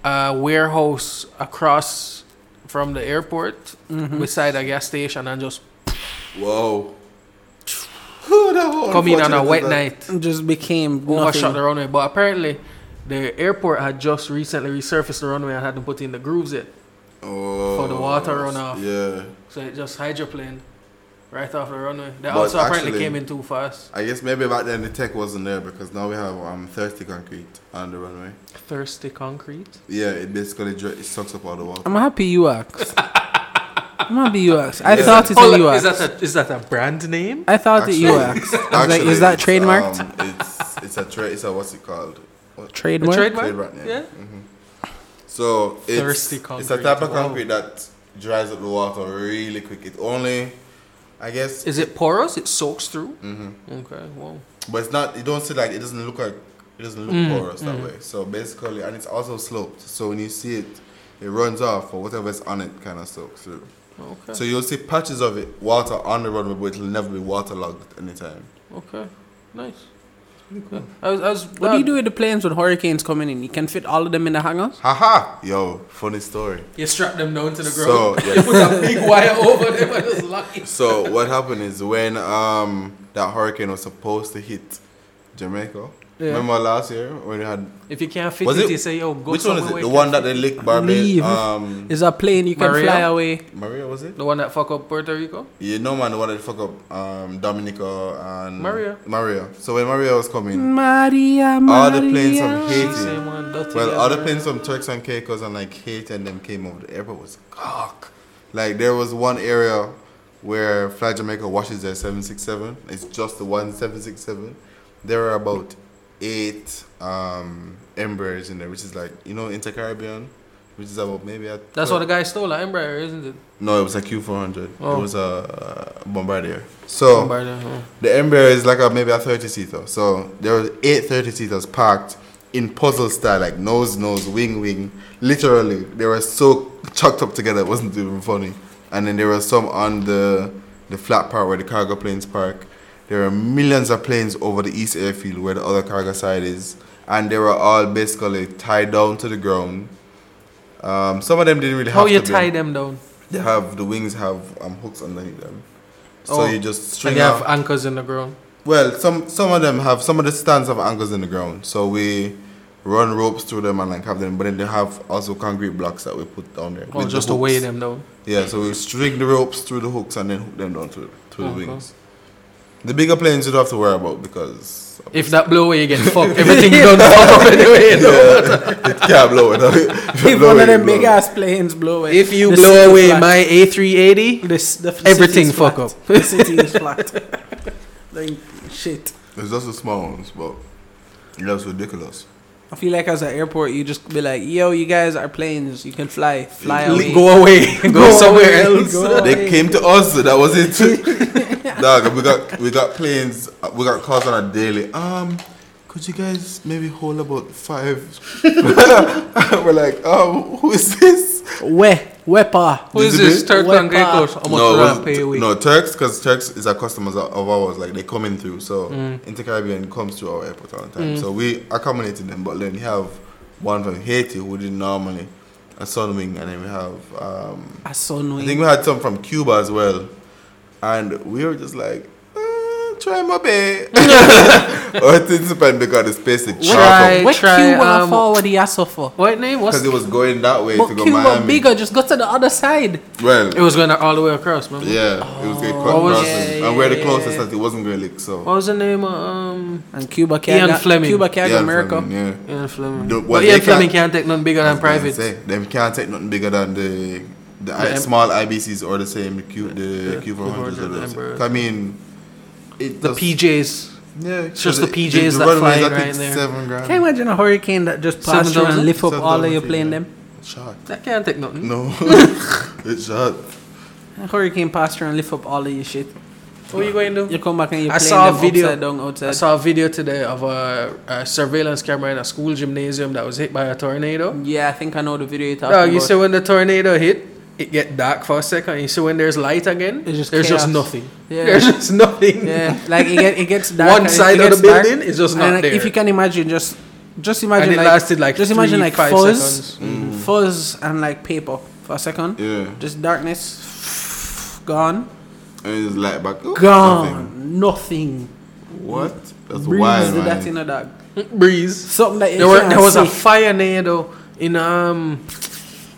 Speaker 2: a warehouse across from the airport
Speaker 3: Mm-hmm.
Speaker 2: beside a gas station and just
Speaker 1: Whoa. Whoa.
Speaker 2: come in on a wet night.
Speaker 3: Just became
Speaker 2: overshot the
Speaker 3: nothing.
Speaker 2: runway. But apparently, the airport had just recently resurfaced the runway and hadn't put in the grooves yet,
Speaker 1: Oh,
Speaker 2: For the water runoff.
Speaker 1: Yeah.
Speaker 2: so it just hydroplaned right off the runway. They
Speaker 1: But
Speaker 2: also apparently
Speaker 1: actually-
Speaker 2: came in too fast.
Speaker 1: I guess maybe back then the tech wasn't there because now we have um, thirsty concrete on the runway.
Speaker 2: Thirsty concrete.
Speaker 1: Yeah, it basically dra- it sucks up all the water.
Speaker 3: I'm happy you asked. I'm happy you asked. I
Speaker 1: Yeah.
Speaker 3: thought it
Speaker 2: Oh,
Speaker 3: was you
Speaker 2: like, is
Speaker 3: asked.
Speaker 2: that a is that a brand name?
Speaker 3: I thought it you asked. I was like, is that
Speaker 1: it's,
Speaker 3: trademarked?
Speaker 1: um, it's it's a trade. It's a what's it called? What?
Speaker 2: A
Speaker 3: Trademark.
Speaker 2: trademark.
Speaker 1: Trademark name.
Speaker 2: Yeah.
Speaker 1: hmm So it's
Speaker 2: Thirsty
Speaker 1: it's a
Speaker 2: concrete,
Speaker 1: type of
Speaker 2: wow.
Speaker 1: concrete that dries up the water really quick. It only, I guess,
Speaker 2: Is it porous? It soaks through.
Speaker 1: hmm
Speaker 2: Okay. Wow.
Speaker 1: but it's not. You don't see like it doesn't look like it doesn't look
Speaker 2: Mm,
Speaker 1: porous that way. So basically, and it's also sloped. So when you see it, it runs off or whatever's on it kind of soaks through.
Speaker 2: Okay.
Speaker 1: So you'll see patches of it, water on the runway, but it'll never be waterlogged at any time.
Speaker 2: okay. Nice. Yeah. I was, I was,
Speaker 3: What do you do with the planes when hurricanes coming in? You can fit all of them in the hangars.
Speaker 1: Haha! Yo, funny story.
Speaker 2: You strap them down to the
Speaker 1: So,
Speaker 2: ground.
Speaker 1: yes.
Speaker 2: Put a big wire over them and just lock it.
Speaker 1: so what happened is when um that hurricane was supposed to hit Jamaica.
Speaker 3: Yeah.
Speaker 1: Remember last year when we had
Speaker 2: If you can't fit
Speaker 1: Was
Speaker 2: it,
Speaker 1: it-
Speaker 2: you say, yo, go
Speaker 1: which one is
Speaker 2: somewhere
Speaker 1: it?
Speaker 2: where
Speaker 1: The
Speaker 2: you
Speaker 1: one
Speaker 2: can
Speaker 1: that they
Speaker 2: fit
Speaker 1: licked Barbados.
Speaker 3: Leave.
Speaker 1: Um,
Speaker 3: Is a plane you can
Speaker 2: Maria?
Speaker 3: fly away?
Speaker 1: Maria was it?
Speaker 2: The one that fuck up Puerto Rico?
Speaker 1: You know, man, the one that fuck up um Dominica and
Speaker 2: Maria. Mm.
Speaker 1: Maria. So when Maria was coming,
Speaker 3: Maria, Maria.
Speaker 1: All the planes from Haiti.
Speaker 2: Same one, dirty
Speaker 1: Well,
Speaker 2: as
Speaker 1: other
Speaker 2: her.
Speaker 1: planes from Turks and Caicos and like Haiti and them came over. The airport was cock. Like there was one area where Fly Jamaica washes their 767. It's just the one 767. There were about eight um Embraers in there, which is like you know Intercaribbean, which is about maybe a
Speaker 2: That's what the guy stole at Embraer, isn't it?
Speaker 1: no, it was a Q400.
Speaker 2: Oh.
Speaker 1: It was a Bombardier. So
Speaker 2: Bombardier, oh.
Speaker 1: the Embraer is like a, maybe a 30 seater. So there was eight 30 seaters parked in puzzle style, like nose, nose, wing, wing. Literally, they were so chucked up together, it wasn't even funny. And then there were some on the the flat part where the cargo planes park. There were millions of planes over the east airfield where the other cargo side is, and they were all basically tied down to the ground. Um, some of them didn't really have
Speaker 2: How you
Speaker 1: to be.
Speaker 2: tie them down?
Speaker 1: They have the wings have um, hooks underneath them, so
Speaker 2: Oh,
Speaker 1: you just
Speaker 2: And
Speaker 1: string
Speaker 2: they have
Speaker 1: out-
Speaker 2: anchors in the ground.
Speaker 1: well, some some of them have some of the stands have anchors in the ground, so we run ropes through them and like have them. But then they have also concrete blocks that we put down there.
Speaker 3: Oh,
Speaker 2: Or
Speaker 1: with the
Speaker 2: just to weigh
Speaker 1: hooks.
Speaker 2: them down.
Speaker 1: Yeah, so we string the ropes through the hooks and then hook them down to through the
Speaker 2: Okay.
Speaker 1: wings. The bigger planes you don't have to worry about because
Speaker 2: If that blow away, you get fucked. Everything done fuck up anyway. You know?
Speaker 1: it can't blow it. if you
Speaker 3: If
Speaker 1: blow
Speaker 3: one
Speaker 1: it,
Speaker 3: of them
Speaker 1: you blow
Speaker 3: big
Speaker 1: it.
Speaker 3: ass planes blow away.
Speaker 2: If you
Speaker 3: the
Speaker 2: blow
Speaker 3: city
Speaker 2: away
Speaker 3: flat.
Speaker 2: my A380,
Speaker 3: The s- the f-
Speaker 2: Everything
Speaker 3: city is flat.
Speaker 2: fuck up.
Speaker 3: The city is flat. like shit.
Speaker 1: It's just the small ones, but that's ridiculous.
Speaker 3: I feel like as an airport, you just be like, "Yo, you guys are planes. You can fly, fly
Speaker 1: Yeah.
Speaker 3: away."
Speaker 2: go away, go,
Speaker 3: Go
Speaker 2: somewhere
Speaker 3: away,
Speaker 2: else.
Speaker 3: go
Speaker 1: They
Speaker 3: away.
Speaker 1: came to us. That was it. Dog, we got we got planes. We got calls on a daily. Um, could you guys maybe hold about five? We're like, um, who is this?
Speaker 3: Where, where pa?
Speaker 2: Who is
Speaker 1: Did
Speaker 2: this?
Speaker 1: they-
Speaker 2: Turk
Speaker 3: Where
Speaker 2: and Greek
Speaker 3: pa-
Speaker 2: coach. How much
Speaker 1: no,
Speaker 2: do
Speaker 1: it
Speaker 2: I
Speaker 1: wasn't-
Speaker 2: pay away?
Speaker 1: no Turks, because Turks is our customers o- of ours. Like they coming through. So Inter Caribbean comes to our airport all the time. So we accommodating them. But then we have one from Haiti who didn't normally a sun wing, and then we have um.
Speaker 3: A sun
Speaker 1: I
Speaker 3: wing.
Speaker 1: think we had some from Cuba as well, and we were just like, uh, try my bay. or Tinspan because the space is
Speaker 2: Try.
Speaker 1: shot
Speaker 3: Where
Speaker 2: try,
Speaker 3: Cuba
Speaker 2: um,
Speaker 3: for? What the ass for?
Speaker 2: What name? What's
Speaker 1: because it was going that way
Speaker 3: But
Speaker 1: to go
Speaker 3: Cuba
Speaker 1: Miami.
Speaker 3: bigger. Just go to the other side.
Speaker 1: Well,
Speaker 2: It was going all the way across, man.
Speaker 1: yeah, it was going
Speaker 2: Oh,
Speaker 1: crossing,
Speaker 3: yeah, yeah,
Speaker 1: and we're the
Speaker 3: yeah,
Speaker 1: closest
Speaker 3: yeah.
Speaker 1: that it wasn't going lick. So
Speaker 2: What was the name? Of, um,
Speaker 3: And Cuba
Speaker 2: Ian
Speaker 3: can't. go-
Speaker 2: Fleming.
Speaker 3: Cuba can't
Speaker 1: yeah,
Speaker 3: go America.
Speaker 1: I mean, yeah.
Speaker 2: Ian Fleming.
Speaker 1: No, well,
Speaker 2: but
Speaker 1: they
Speaker 2: Ian
Speaker 1: can't-
Speaker 2: Fleming can't take none bigger than
Speaker 1: That's what I'm
Speaker 2: private.
Speaker 1: saying. Them can't take nothing bigger than the the, I-
Speaker 2: em-
Speaker 1: small IBCs or the same the Q the
Speaker 2: Yeah,
Speaker 1: Q four
Speaker 2: the Roger, the
Speaker 1: hundreds.
Speaker 2: Embraer.
Speaker 1: I mean, it
Speaker 2: The
Speaker 1: just-
Speaker 2: PJs.
Speaker 1: Yeah,
Speaker 2: It's just the PJs that flying right there.
Speaker 1: Seven grand.
Speaker 3: Can you imagine a hurricane that just
Speaker 2: Seven
Speaker 3: passed through and
Speaker 2: thousand?
Speaker 3: lift up
Speaker 1: Seven
Speaker 3: all of
Speaker 1: thousand
Speaker 3: your
Speaker 1: feet,
Speaker 3: plane?
Speaker 1: yeah.
Speaker 3: Them
Speaker 1: Shark.
Speaker 2: That can't take nothing.
Speaker 1: No, it's shark.
Speaker 3: a hurricane passed through and lift up all of your shit.
Speaker 2: What are you going to do?
Speaker 3: You come back and you
Speaker 2: I
Speaker 3: plane
Speaker 2: saw a
Speaker 3: them
Speaker 2: video.
Speaker 3: upside down outside.
Speaker 2: I saw a video today of a, a surveillance camera in a school gymnasium that was hit by a tornado.
Speaker 3: yeah, I think I know the video you're talking
Speaker 2: Dog, you
Speaker 3: about.
Speaker 2: see when the tornado hit, it get dark for a second. You see when there's light again,
Speaker 3: It's just
Speaker 2: there's just
Speaker 3: chaos.
Speaker 2: nothing.
Speaker 3: Yeah.
Speaker 2: There's just nothing.
Speaker 3: Yeah, like it, get, it gets dark.
Speaker 2: One
Speaker 3: and it
Speaker 2: side of the
Speaker 3: gets dark.
Speaker 2: building is just not
Speaker 3: And, like, If
Speaker 2: there.
Speaker 3: you can imagine, just just
Speaker 2: And
Speaker 3: imagine
Speaker 2: it
Speaker 3: like
Speaker 2: lasted like
Speaker 3: just
Speaker 2: three,
Speaker 3: imagine like
Speaker 2: five
Speaker 3: fuzz,
Speaker 2: seconds.
Speaker 1: Mm.
Speaker 3: fuzz and like paper for a second.
Speaker 1: Yeah,
Speaker 3: Just darkness, gone,
Speaker 1: and it's light back. Oh, nothing.
Speaker 3: gone, nothing.
Speaker 1: What? That's
Speaker 3: Breeze
Speaker 1: wild,
Speaker 3: do
Speaker 1: man.
Speaker 3: that in a dark.
Speaker 2: Breeze.
Speaker 3: Something that you
Speaker 2: There, were,
Speaker 3: can't
Speaker 2: there was a
Speaker 3: see.
Speaker 2: fire tornado in um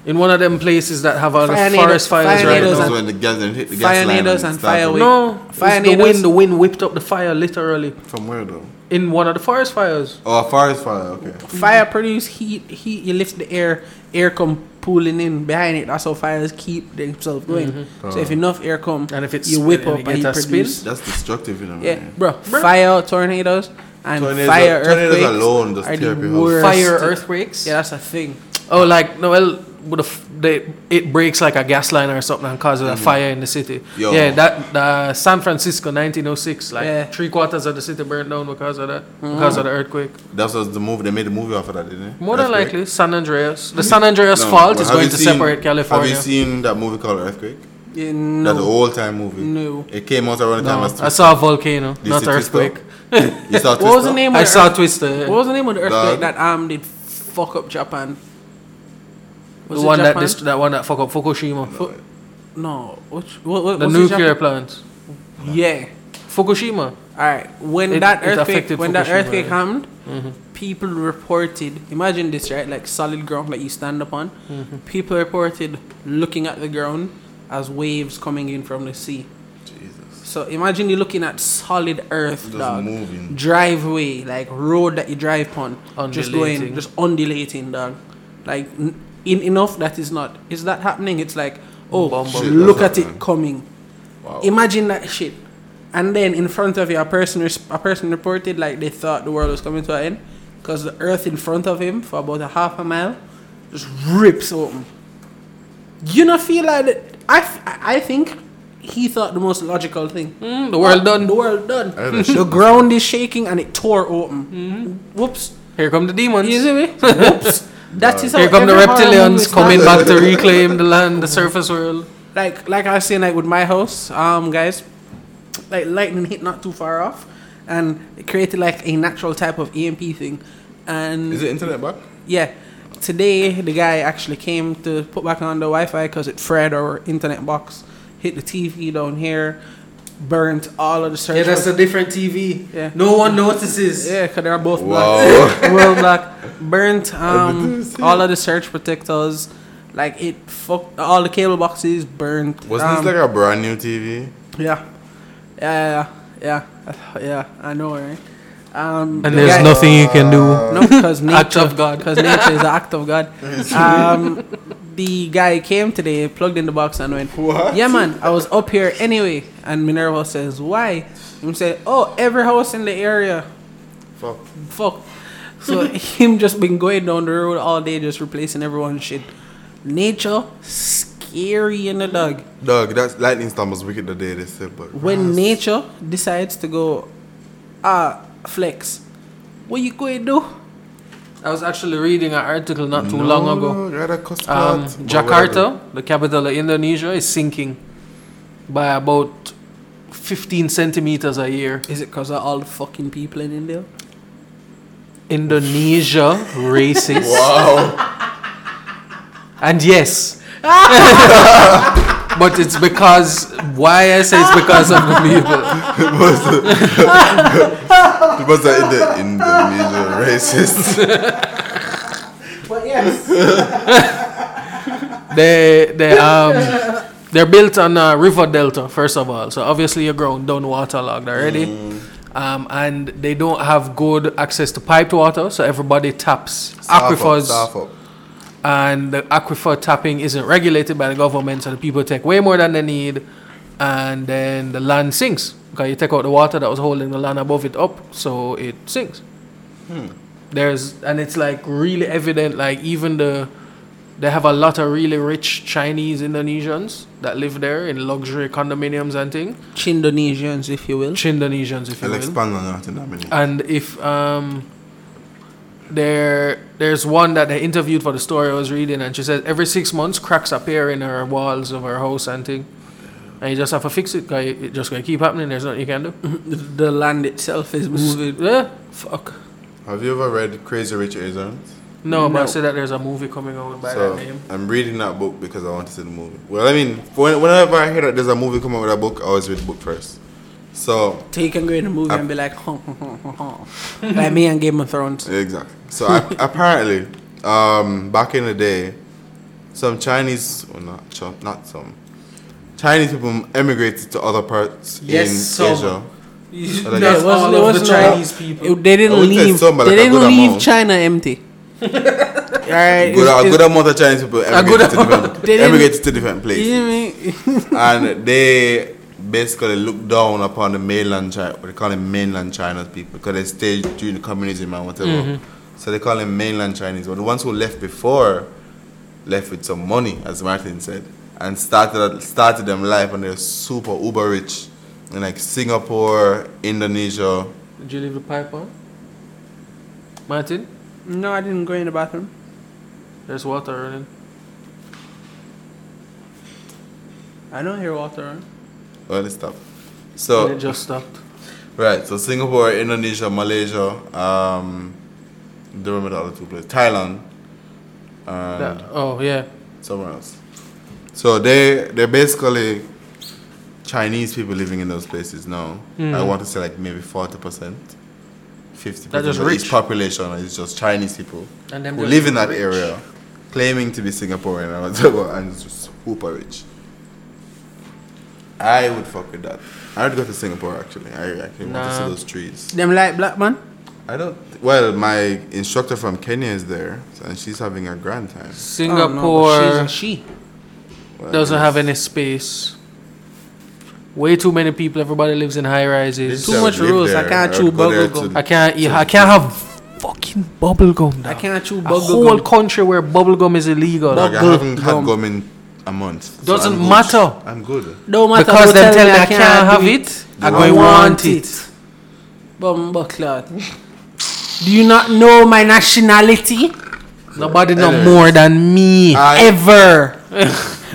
Speaker 2: in one of them places that have all the
Speaker 3: Fire nado-
Speaker 2: forest fires
Speaker 3: fire
Speaker 2: right
Speaker 3: nados
Speaker 1: That's
Speaker 2: now.
Speaker 3: and-
Speaker 1: when the gas and hit the
Speaker 3: fire
Speaker 1: gas line
Speaker 3: needles and
Speaker 1: it started.
Speaker 3: fireworks.
Speaker 2: No, it's
Speaker 3: Fire
Speaker 2: the
Speaker 3: nados.
Speaker 2: wind. The wind whipped up the fire literally
Speaker 1: From where though?
Speaker 2: in one of the forest fires.
Speaker 1: Oh, a forest fire. Okay.
Speaker 3: Fire produce heat. Heat. You lift the air. Air come pooling in behind it. That's how fires keep themselves going.
Speaker 1: Oh.
Speaker 3: So if enough air come,
Speaker 2: Mm-hmm. And if it's
Speaker 3: you whip
Speaker 2: spinning,
Speaker 3: up
Speaker 2: it
Speaker 3: and you
Speaker 2: gets a
Speaker 3: produce.
Speaker 2: spin.
Speaker 1: That's destructive, you know.
Speaker 3: Yeah,
Speaker 1: man.
Speaker 3: bro.
Speaker 2: Bro.
Speaker 3: Fire tornadoes and
Speaker 1: Tornadoes-
Speaker 3: fire
Speaker 1: tornadoes
Speaker 3: earthquakes
Speaker 1: alone just
Speaker 3: are
Speaker 1: tear
Speaker 3: the
Speaker 1: people up.
Speaker 3: worst.
Speaker 2: Fire earthquakes.
Speaker 3: Yeah, that's a thing.
Speaker 2: Oh, like no, well, with a f- they, it breaks like a gas line or something and causes a fire in the city.
Speaker 1: Mm-hmm. Yo.
Speaker 2: Yeah, that the San Francisco 1906, like
Speaker 3: Yeah.
Speaker 2: three quarters of the city burned down because of that,
Speaker 1: Mm-hmm.
Speaker 2: because of the earthquake.
Speaker 1: That was the movie. They made a movie after that, didn't they?
Speaker 2: More than
Speaker 1: Earthquake?
Speaker 2: likely, San Andreas. The San Andreas
Speaker 1: No,
Speaker 2: fault
Speaker 1: but
Speaker 2: is
Speaker 1: have
Speaker 2: going
Speaker 1: you
Speaker 2: to
Speaker 1: seen-
Speaker 2: separate California.
Speaker 1: Have you seen that movie called Earthquake?
Speaker 3: Yeah,
Speaker 1: That's an
Speaker 3: no.
Speaker 1: old time movie.
Speaker 3: No.
Speaker 1: It came out around the
Speaker 2: No,
Speaker 1: time as
Speaker 2: I saw a volcano,
Speaker 1: You
Speaker 2: not
Speaker 1: see Twister?
Speaker 2: earthquake.
Speaker 1: You saw
Speaker 3: What was the
Speaker 1: Twister?
Speaker 3: name? Of
Speaker 2: I
Speaker 3: the
Speaker 2: saw uh,
Speaker 3: earth-
Speaker 2: Twister.
Speaker 3: What was the name of the earthquake
Speaker 1: Dog.
Speaker 3: that um did fuck up Japan?
Speaker 2: the
Speaker 3: Was it
Speaker 2: one that
Speaker 3: Japan?
Speaker 2: dist- that one that fuck up Fukushima,
Speaker 3: Fu- no, which what, what,
Speaker 2: the
Speaker 3: was it
Speaker 2: nuclear
Speaker 3: Japan?
Speaker 2: plant.
Speaker 3: Yeah.
Speaker 2: Fukushima.
Speaker 3: All right. When
Speaker 2: It-
Speaker 3: that
Speaker 2: it
Speaker 3: earthquake
Speaker 2: affected
Speaker 3: when that
Speaker 2: Fukushima, Mm-hmm.
Speaker 3: earthquake
Speaker 2: yeah.
Speaker 3: happened, people reported. Imagine this, right? Like solid ground that you stand upon.
Speaker 2: Mm-hmm.
Speaker 3: People reported looking at the ground as waves coming in from the sea.
Speaker 1: Jesus.
Speaker 3: So imagine you're looking at solid earth,
Speaker 1: Just
Speaker 3: dog.
Speaker 1: moving.
Speaker 3: Driveway, like road that you drive on, just going,
Speaker 2: Undulating.
Speaker 3: just undulating, dog. Like n- in enough that is not. Is that happening? It's like, oh,
Speaker 2: Bomb,
Speaker 1: bomb. Shit,
Speaker 3: look at
Speaker 1: that's
Speaker 3: it
Speaker 1: happening.
Speaker 3: coming.
Speaker 1: Wow.
Speaker 3: Imagine that shit. And then in front of you, a person, res- a person reported like they thought the world was coming to an end because the earth in front of him for about a half a mile just rips open. You know, feel like that- I, f- I think he thought the most logical thing.
Speaker 2: Mm, the world done.
Speaker 3: The world done.
Speaker 1: I don't
Speaker 3: The
Speaker 1: know.
Speaker 3: ground is shaking and it tore open.
Speaker 2: Mm-hmm.
Speaker 3: Whoops.
Speaker 2: Here come the demons.
Speaker 3: You see me? Whoops. That is how
Speaker 2: Uh, Here come the
Speaker 3: every horror movie
Speaker 2: reptilians
Speaker 3: starts.
Speaker 2: coming back to reclaim the land, the surface world.
Speaker 3: Like like I was saying like with my house, um guys, like lightning hit not too far off and it created like a natural type of EMP thing. And
Speaker 1: Is it internet back?
Speaker 3: Yeah. Today, the guy actually came to put back on the Wi Fi because it fried our internet box, hit the TV down here, burnt all of the
Speaker 4: Yeah,
Speaker 3: servers.
Speaker 4: that's a different TV.
Speaker 3: Yeah.
Speaker 4: No one notices.
Speaker 3: Yeah, 'cause they're both
Speaker 1: Wow.
Speaker 3: black. World black. Burnt um, all of the search protectors. Like, it fucked all the cable boxes, burnt.
Speaker 1: Wasn't
Speaker 3: um,
Speaker 1: this like a brand new TV?
Speaker 3: Yeah. Yeah, yeah, yeah. Yeah, I know, right? Um,
Speaker 2: And
Speaker 3: the
Speaker 2: there's
Speaker 3: guy-
Speaker 2: nothing you can do.
Speaker 3: No, because
Speaker 2: Act of God.
Speaker 3: because nature is an act of God. Um, the guy came today, plugged in the box, and went,
Speaker 1: What?
Speaker 3: Yeah, man, I was up here anyway. And Minerva says, Why? Him say, Oh, every house in the area.
Speaker 1: Fuck.
Speaker 3: Fuck. So, him just been going down the road all day, just replacing everyone's shit. Nature, scary in the dog.
Speaker 1: Dog, that lightning storm was wicked the day they said, but
Speaker 3: When nature decides to go, ah, flex, what you going to do?
Speaker 2: I was actually reading an article not too
Speaker 1: No,
Speaker 2: long ago.
Speaker 1: dog, I had a cuss plot.
Speaker 2: Um,
Speaker 1: But whatever.
Speaker 2: Jakarta, the capital of Indonesia, is sinking by about 15 centimeters a year.
Speaker 3: Is it because of all the fucking people in India?
Speaker 2: Indonesia racist.
Speaker 1: Wow.
Speaker 2: And yes. but it's because why I say it's because of the people.
Speaker 1: it was like the Indonesian racist.
Speaker 3: But yes.
Speaker 2: They they um they're built on a river delta first of all, so obviously your ground done waterlogged already. Um, and they don't have good access to piped water, so everybody taps aquifers,
Speaker 1: Staff up.
Speaker 2: and the aquifer tapping isn't regulated by the government, so the people take way more than they need, and then the land sinks because you take out the water that was holding the land above it up, so it sinks. There's and it's like really evident. Like even the they have a lot of really rich Chinese Indonesians that live there in luxury condominiums and thing.
Speaker 3: Chindonesians, if you will.
Speaker 2: Chindonesians, if you
Speaker 1: I'll
Speaker 2: will.
Speaker 1: expand on that in a minute.
Speaker 2: And if um, there there's one that they interviewed for the story I was reading, and she said every six months cracks appear in her walls of her house and thing, and you just have to fix it. 'cause it just gonna keep happening. There's nothing you can do.
Speaker 3: the land itself is moving.
Speaker 2: Yeah, fuck.
Speaker 1: Have you ever read Crazy Rich Asians?
Speaker 2: No, but I
Speaker 3: No.
Speaker 2: said that there's a movie coming out by
Speaker 1: so
Speaker 2: that name.
Speaker 1: I'm reading that book because I want to see the movie. Well, I mean, when- whenever I hear that there's a movie coming out with a book, I always read the book first. So
Speaker 3: So you can go in the movie and be like, huh, huh, huh, huh, huh. like me and Game of Thrones.
Speaker 1: exactly. So a- apparently, um, back in the day, some Chinese, well, not Ch- not some Chinese people emigrated to other parts
Speaker 4: Yes,
Speaker 1: in
Speaker 4: some.
Speaker 1: Asia.
Speaker 4: You-
Speaker 1: Like-
Speaker 4: not
Speaker 3: It wasn't-
Speaker 4: all
Speaker 3: it
Speaker 4: of
Speaker 3: wasn't
Speaker 4: the
Speaker 3: all-
Speaker 4: Chinese people.
Speaker 3: It- they
Speaker 1: I
Speaker 3: didn't
Speaker 1: wouldn't say
Speaker 3: leave.
Speaker 1: some, but
Speaker 3: they
Speaker 1: like a
Speaker 3: didn't
Speaker 1: good
Speaker 3: leave
Speaker 1: amount.
Speaker 3: China empty. Alright,
Speaker 1: Good, a
Speaker 3: it's-
Speaker 1: good amount of Chinese people
Speaker 2: good
Speaker 1: emigrated, to different,
Speaker 3: They didn't-
Speaker 1: emigrated to different
Speaker 3: it's-
Speaker 1: places.
Speaker 3: you know what I mean?
Speaker 1: and they basically look down upon the mainland China. They call them mainland China's people because they stayed during the communism and whatever. So they call them mainland Chinese. But the ones who left before left with some money, as Martin said, and started started them life, and they're super uber rich in like Singapore, Indonesia.
Speaker 2: Did you leave the pipe on, Martin?
Speaker 3: No, I didn't go in the bathroom.
Speaker 2: There's water running.
Speaker 3: I don't hear water. huh?
Speaker 1: All this stuff. So
Speaker 2: And it just stopped.
Speaker 1: Right, so Singapore, Indonesia, Malaysia, um, don't remember the other two places, Thailand, and
Speaker 2: That- oh yeah.
Speaker 1: somewhere else. So they they're basically Chinese people living in those places now.
Speaker 2: Hmm.
Speaker 1: I want to say like maybe forty percent, fifty
Speaker 2: They're
Speaker 1: percent
Speaker 2: just
Speaker 1: of
Speaker 2: rich.
Speaker 1: each population is just Chinese people
Speaker 2: And them
Speaker 1: who
Speaker 2: just
Speaker 1: live
Speaker 3: Oh,
Speaker 1: in that
Speaker 2: rich.
Speaker 1: area, claiming to be Singaporean and whatever, and it's just super rich. I would fuck with that. I would go to Singapore actually. I actually want to see
Speaker 2: Nah.
Speaker 1: those trees.
Speaker 3: Them like black man.
Speaker 1: I don't. Well, my instructor from Kenya is there, so- and she's having a grand time.
Speaker 3: Oh, no,
Speaker 2: Singapore.
Speaker 3: but she's a she.
Speaker 1: Well,
Speaker 2: doesn't
Speaker 1: yes.
Speaker 2: have any space. Way too many people. Everybody lives in high rises.
Speaker 3: Too
Speaker 1: I
Speaker 3: much
Speaker 1: would live
Speaker 3: rules. I
Speaker 1: there,
Speaker 3: can't
Speaker 1: I
Speaker 3: chew
Speaker 1: would go there
Speaker 3: bubble
Speaker 1: to-
Speaker 2: I can't. eat I can't have fucking bubble gum.
Speaker 3: I
Speaker 2: Now.
Speaker 3: can't chew
Speaker 2: A whole
Speaker 3: bubble gum.
Speaker 2: country where bubble gum is illegal.
Speaker 1: Dog, I
Speaker 3: Bubble
Speaker 1: haven't had
Speaker 3: gum.
Speaker 1: gum in a month.
Speaker 2: Doesn't
Speaker 1: I'm good.
Speaker 2: matter.
Speaker 1: I'm good.
Speaker 3: No matter
Speaker 2: because
Speaker 3: who
Speaker 2: them tell me I
Speaker 3: do
Speaker 2: can't have
Speaker 3: do
Speaker 2: it,
Speaker 3: I
Speaker 2: I
Speaker 1: You
Speaker 2: going
Speaker 3: don't
Speaker 2: want it.
Speaker 3: Bumba clot. Do you not know my nationality?
Speaker 2: Nobody know
Speaker 1: Anyways.
Speaker 2: more than me.
Speaker 1: I-
Speaker 3: Ever.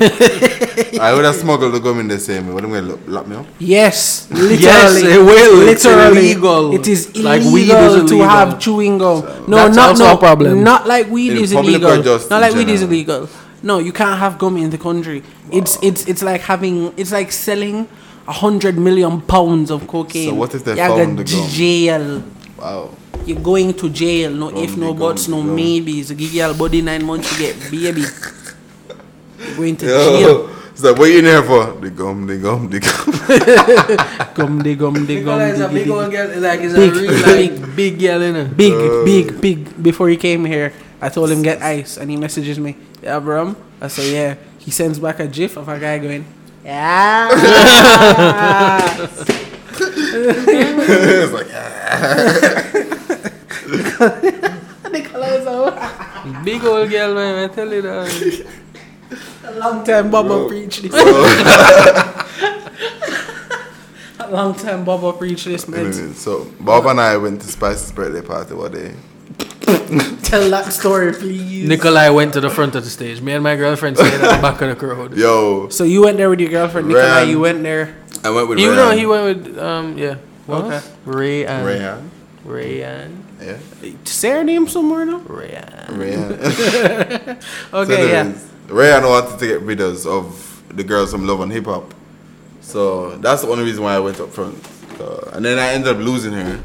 Speaker 1: I would have smuggled the gum in the same way. What am I gonna lock, lock me up?
Speaker 3: Yes, literally.
Speaker 2: Yes, it will. It's
Speaker 3: Literally,
Speaker 2: illegal.
Speaker 3: It is illegal
Speaker 2: Like weed is
Speaker 3: to
Speaker 2: illegal.
Speaker 3: have chewing gum. no,
Speaker 2: That's
Speaker 3: not
Speaker 2: also
Speaker 3: no
Speaker 2: a problem.
Speaker 3: Not like weed
Speaker 1: In
Speaker 3: is
Speaker 1: public or
Speaker 3: illegal.
Speaker 1: just
Speaker 3: Not like weed is
Speaker 1: general?
Speaker 3: illegal. No, you can't have gum in the country. It's it's it's like having it's like selling a hundred million pounds of cocaine.
Speaker 1: what if they
Speaker 3: You're
Speaker 1: found
Speaker 3: going
Speaker 1: the
Speaker 3: to
Speaker 1: gum?
Speaker 3: Jail.
Speaker 1: Wow.
Speaker 3: You're going to jail. No
Speaker 1: Gum,
Speaker 3: if,
Speaker 1: the
Speaker 3: no
Speaker 1: gum,
Speaker 3: buts,
Speaker 1: the
Speaker 3: no
Speaker 1: gum.
Speaker 3: maybes. You give your body nine months, you get baby. You're going to jail.
Speaker 1: Yo. It's like, what you in there for? The gum, the gum, the gum.
Speaker 3: Gum de gum de gum.
Speaker 4: Because it's a
Speaker 3: diggy,
Speaker 4: big
Speaker 3: diggy.
Speaker 4: old girl. Like it's
Speaker 3: Big,
Speaker 4: a real like.
Speaker 3: big,
Speaker 2: Big girl in
Speaker 3: Big,
Speaker 1: Uh,
Speaker 3: big, big. Before he came here, I told him get ice, and he messages me, "Yeah, bro." I say, "Yeah." He sends back a gif of a guy going, "Yeah."
Speaker 1: it's like, ah.
Speaker 2: Big old girl, man. I tell you that.
Speaker 3: a long time Baba
Speaker 1: Bro.
Speaker 3: preached this.
Speaker 1: So,
Speaker 3: A long time Baba preached this, man.
Speaker 1: anyway, so Bob and I went to Spice's birthday party one day.
Speaker 3: Tell that story, please.
Speaker 2: Nikolai went to the front of the stage. Me and my girlfriend stayed at the back of the crowd.
Speaker 1: Yo,
Speaker 3: So you went there with your girlfriend, Nicola.
Speaker 1: Ram.
Speaker 3: You went there.
Speaker 1: I went with
Speaker 2: You
Speaker 1: Rayan.
Speaker 2: know, he went with um yeah. What?
Speaker 3: Okay.
Speaker 2: Rayan.
Speaker 1: Rayan.
Speaker 2: Rayan.
Speaker 1: Yeah.
Speaker 3: Say her name somewhere now.
Speaker 2: Rayan.
Speaker 1: Rayan.
Speaker 3: Okay, yeah.
Speaker 1: Rayan wanted to get rid of, of the girls from Love and Hip Hop. So that's the only reason why I went up front. Uh, and then I ended up losing her.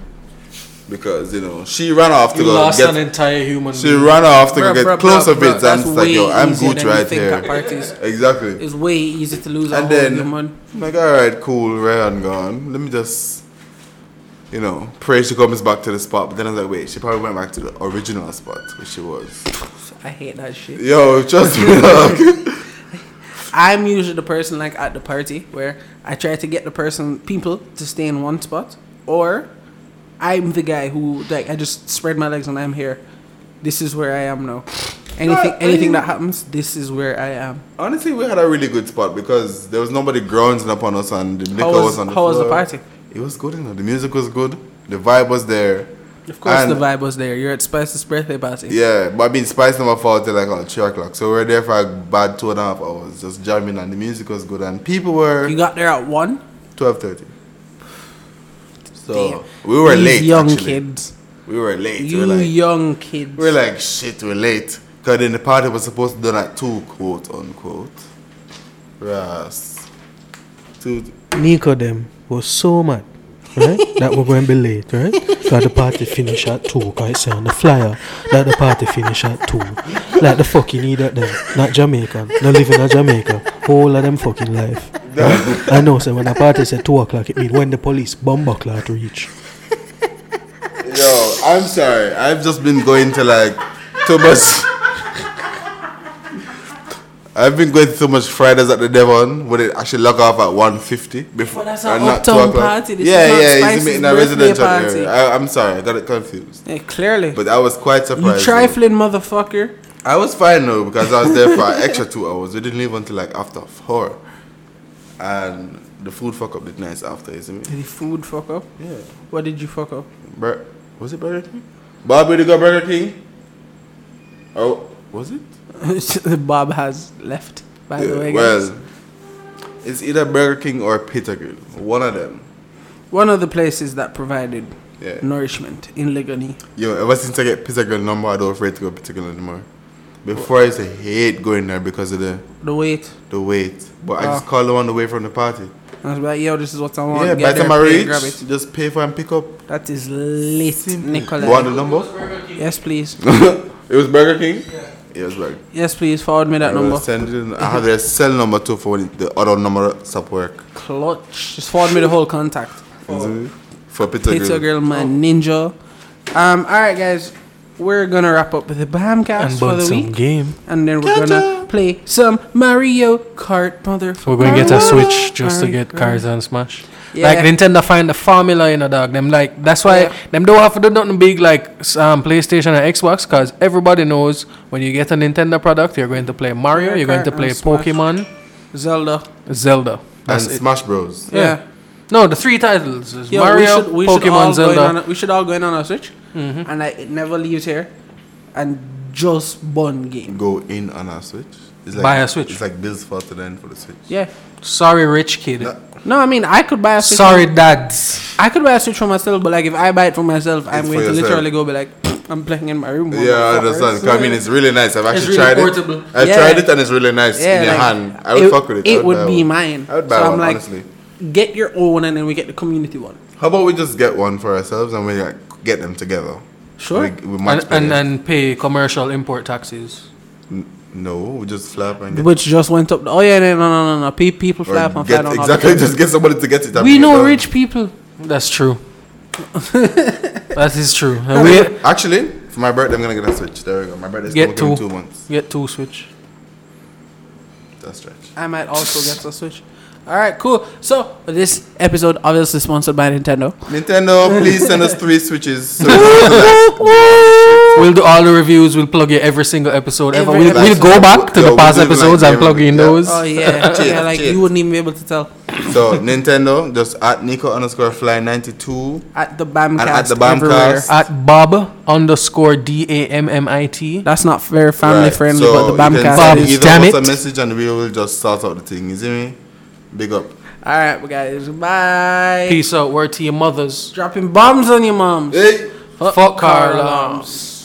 Speaker 1: Because, you know, she ran off to
Speaker 2: You
Speaker 1: go
Speaker 2: lost
Speaker 1: get
Speaker 2: an entire human.
Speaker 1: she
Speaker 2: being.
Speaker 1: ran off to go
Speaker 3: Bruh,
Speaker 1: get
Speaker 3: bruh,
Speaker 1: close
Speaker 3: bruh,
Speaker 1: of it
Speaker 3: bruh, that's
Speaker 1: and it's like,
Speaker 3: way
Speaker 1: yo, I'm
Speaker 3: easier
Speaker 1: good
Speaker 3: than you
Speaker 1: right
Speaker 3: think
Speaker 1: here.
Speaker 3: at parties.
Speaker 1: Exactly.
Speaker 3: It's way easy to lose a
Speaker 1: And
Speaker 3: whole
Speaker 1: then-
Speaker 3: human.
Speaker 1: I'm like, alright, cool, Rayan gone. Let me just you know, pray she comes back to the spot. But then I was like, wait, she probably went back to the original spot where she was.
Speaker 3: I hate that shit.
Speaker 1: Yo, trust me, dog.
Speaker 3: I'm usually the person like at the party where I try to get the person people to stay in one spot, or I'm the guy who like I just spread my legs and I'm here. This is where I am now. Anything
Speaker 1: I
Speaker 3: anything
Speaker 1: mean-
Speaker 3: that happens, this is where I am.
Speaker 1: Honestly, we had a really good spot because there was nobody grinding upon us and the liquor
Speaker 3: How
Speaker 1: was,
Speaker 3: was
Speaker 1: on the
Speaker 3: how was the
Speaker 1: floor.
Speaker 3: party?
Speaker 1: It was good, you know. The music was good. The vibe was there.
Speaker 3: Of course,
Speaker 1: And-
Speaker 3: the vibe was there. You're at Spice's birthday party.
Speaker 1: Yeah, but I mean, Spice number four till like on three o'clock, so we were there for a bad two and a half hours, just jamming, and the music was good, and people
Speaker 3: You
Speaker 1: were
Speaker 3: got there at one.
Speaker 1: twelve thirty. So
Speaker 3: Damn.
Speaker 1: we were
Speaker 3: These
Speaker 1: late.
Speaker 3: young
Speaker 1: actually.
Speaker 3: kids.
Speaker 1: We were late.
Speaker 3: You
Speaker 1: we were like,
Speaker 3: young kids.
Speaker 1: we were like shit. We're late. Cause then the party was supposed to done at two, quote unquote. Yes. Two.
Speaker 5: Nico them was so mad, right? that we're going to be late, right? Because the party finish at two, because it's on the flyer that the party finish at two. Like the fucking idiot them, not Jamaican, not living in Jamaica, whole of them fucking life. right? I know, so when the party said two o'clock, it mean when the police bomber clock reach.
Speaker 1: Yo, I'm sorry. I've just been going to like too much. I've been going to too much Fridays at the Devon where they actually log off at 1.50 before.
Speaker 3: But that's an
Speaker 1: and not
Speaker 3: uptown
Speaker 1: 2 o'clock.
Speaker 3: party. This
Speaker 1: yeah,
Speaker 3: is not
Speaker 1: yeah,
Speaker 3: Spice's
Speaker 1: he's in a
Speaker 3: birthday
Speaker 1: residential
Speaker 3: party.
Speaker 1: area. I, I'm sorry, I got it confused.
Speaker 3: Yeah, clearly.
Speaker 1: But I was quite
Speaker 3: you
Speaker 1: surprised. though.
Speaker 3: trifling motherfucker.
Speaker 1: I was fine though because I was there for an extra two hours. We didn't leave until like after four, and the food fuck up did nice after, isn't it?
Speaker 3: Did the food fuck up?
Speaker 1: Yeah.
Speaker 3: What did you fuck up?
Speaker 1: Bur- was it Burger King? Bobby to go Burger King? Oh, was it?
Speaker 3: Bob has left, by the
Speaker 1: Yeah,
Speaker 3: way. guys.
Speaker 1: well, it's either Burger King or Peter Grill. One of them.
Speaker 3: One of the places that provided
Speaker 1: Yeah.
Speaker 3: nourishment in Ligoni.
Speaker 1: Yo, ever since I get Peter Grill number, I don't afraid to go Peter Grill anymore. Before I used to hate going there because of the,
Speaker 3: The wait.
Speaker 1: the wait, but I just
Speaker 3: Ah.
Speaker 1: call the one away from the party.
Speaker 3: I was like, yo, this is what I want.
Speaker 1: yeah, by
Speaker 3: Get
Speaker 1: the time I
Speaker 3: there, pay, grab
Speaker 1: reach,
Speaker 3: it.
Speaker 1: just pay for and pick up.
Speaker 3: That is lit,
Speaker 1: You want the
Speaker 3: Nicola.
Speaker 1: number?
Speaker 3: Yes, please.
Speaker 1: It was Burger King. Yeah, it was Burger. King.
Speaker 3: Yes, please. Forward me that
Speaker 1: I will
Speaker 3: number.
Speaker 1: send it- I had a cell number too for when the other number stop work.
Speaker 3: Clutch. Just forward me the whole contact.
Speaker 1: For Peter,
Speaker 3: Pizza
Speaker 1: Grill.
Speaker 3: girl, my ninja. Um. All right, guys. We're gonna wrap up the Bamcast
Speaker 5: And
Speaker 3: for
Speaker 5: burn
Speaker 3: the
Speaker 5: some
Speaker 3: week,
Speaker 5: game.
Speaker 3: and then we're gonna play some Mario Kart, motherfucker.
Speaker 2: We're gonna get a Switch just to get cars and smash. Like Nintendo find the formula in a dog. Them like that's why
Speaker 3: Yeah.
Speaker 2: them don't have to do nothing big like s- um, PlayStation and Xbox because everybody knows when you get a Nintendo product you're going to play Mario,
Speaker 3: Mario
Speaker 2: you're going
Speaker 3: Kart
Speaker 2: to play
Speaker 3: and Smash.
Speaker 2: Pokemon,
Speaker 3: Zelda.
Speaker 2: Zelda.
Speaker 1: and
Speaker 2: That's it.
Speaker 1: Smash Bros.
Speaker 3: Yeah.
Speaker 2: Yeah. No, the three titles is
Speaker 3: Yo,
Speaker 2: Mario,
Speaker 3: we should, we should all
Speaker 2: Pokemon,
Speaker 3: go in on
Speaker 2: Zelda.
Speaker 3: a- we should all go in on our Switch, and like, it never leaves here, and just one game.
Speaker 1: Go in on a Switch. It's
Speaker 2: Buy a Switch.
Speaker 1: It's like Bill's for to then for the Switch.
Speaker 3: Yeah.
Speaker 2: Sorry, rich kid.
Speaker 1: No,
Speaker 3: No, I mean I could buy a Switch.
Speaker 2: Sorry, dads.
Speaker 3: I could buy a Switch for myself, but like if I buy it for myself, I'm
Speaker 1: It's for
Speaker 3: going to
Speaker 1: yourself.
Speaker 3: literally go be like, I'm playing in my room.
Speaker 1: Yeah, I understand. 'Cause I mean, it's really nice. I've actually
Speaker 2: really
Speaker 1: tried
Speaker 2: portable.
Speaker 1: it. I've
Speaker 3: Yeah.
Speaker 1: tried it and it's really nice
Speaker 3: Yeah,
Speaker 1: in your
Speaker 3: like,
Speaker 1: hand. I would fuck with it. I
Speaker 3: It
Speaker 1: buy
Speaker 3: would be
Speaker 1: one.
Speaker 3: mine.
Speaker 1: I would buy
Speaker 3: so
Speaker 1: one,
Speaker 3: I'm like,
Speaker 1: honestly.
Speaker 3: get your own, and then we get the community one.
Speaker 1: How about we just get one for ourselves and we like get them together?
Speaker 3: Sure.
Speaker 1: We, we
Speaker 2: And,
Speaker 1: match pay
Speaker 2: and
Speaker 1: it.
Speaker 2: and pay commercial import taxes.
Speaker 1: no, we just flap and get.
Speaker 3: Which just went up. The, oh yeah, no, no, no, no. no. Pe- people
Speaker 1: or
Speaker 3: flap and
Speaker 1: get-
Speaker 3: fly down. all the
Speaker 1: exactly.
Speaker 3: time.
Speaker 1: Just get somebody to get it. and
Speaker 3: We
Speaker 1: bring it
Speaker 3: know
Speaker 1: down.
Speaker 3: rich people.
Speaker 2: That's true. that is true. And we
Speaker 1: Actually, for my birthday, I'm gonna get a switch. There we go. My birthday's
Speaker 2: Get
Speaker 1: coming in
Speaker 2: two.
Speaker 1: two months.
Speaker 2: get two Switch.
Speaker 1: That's right.
Speaker 3: I might also get a Switch. All right, cool. So this episode obviously sponsored by Nintendo.
Speaker 1: Nintendo, please send us three switches. So we can,
Speaker 2: We'll do all the reviews. We'll plug you every single episode ever.
Speaker 3: Every
Speaker 2: We'll, we'll
Speaker 1: episode.
Speaker 2: go back to
Speaker 1: Yeah,
Speaker 2: the
Speaker 1: we'll
Speaker 2: past
Speaker 1: do it like
Speaker 2: episodes and
Speaker 1: every-
Speaker 2: plug you in
Speaker 1: yeah.
Speaker 2: those.
Speaker 3: Oh yeah,
Speaker 1: Cheers,
Speaker 3: yeah. Like
Speaker 1: cheers.
Speaker 3: you wouldn't even be able to tell
Speaker 1: like- so Nintendo, just at Nico underscore fly ninety two.
Speaker 3: at the Bamcast.
Speaker 1: And at the
Speaker 3: everywhere.
Speaker 1: Bamcast.
Speaker 2: At Bob underscore D A M M I T.
Speaker 3: That's not very family friendly, but the
Speaker 1: you can send
Speaker 3: Bamcast
Speaker 2: Bob,
Speaker 3: is.
Speaker 1: either
Speaker 2: damn
Speaker 1: of us
Speaker 2: it.
Speaker 1: a message and we will just sort out the thing. You see me? Big up.
Speaker 3: All right, guys. Bye.
Speaker 2: Peace out. Word to your mothers.
Speaker 3: Dropping bombs on your moms.
Speaker 1: Hey.
Speaker 2: Fuck,
Speaker 3: Fuck
Speaker 2: car
Speaker 3: car
Speaker 2: alarms.
Speaker 3: alarms.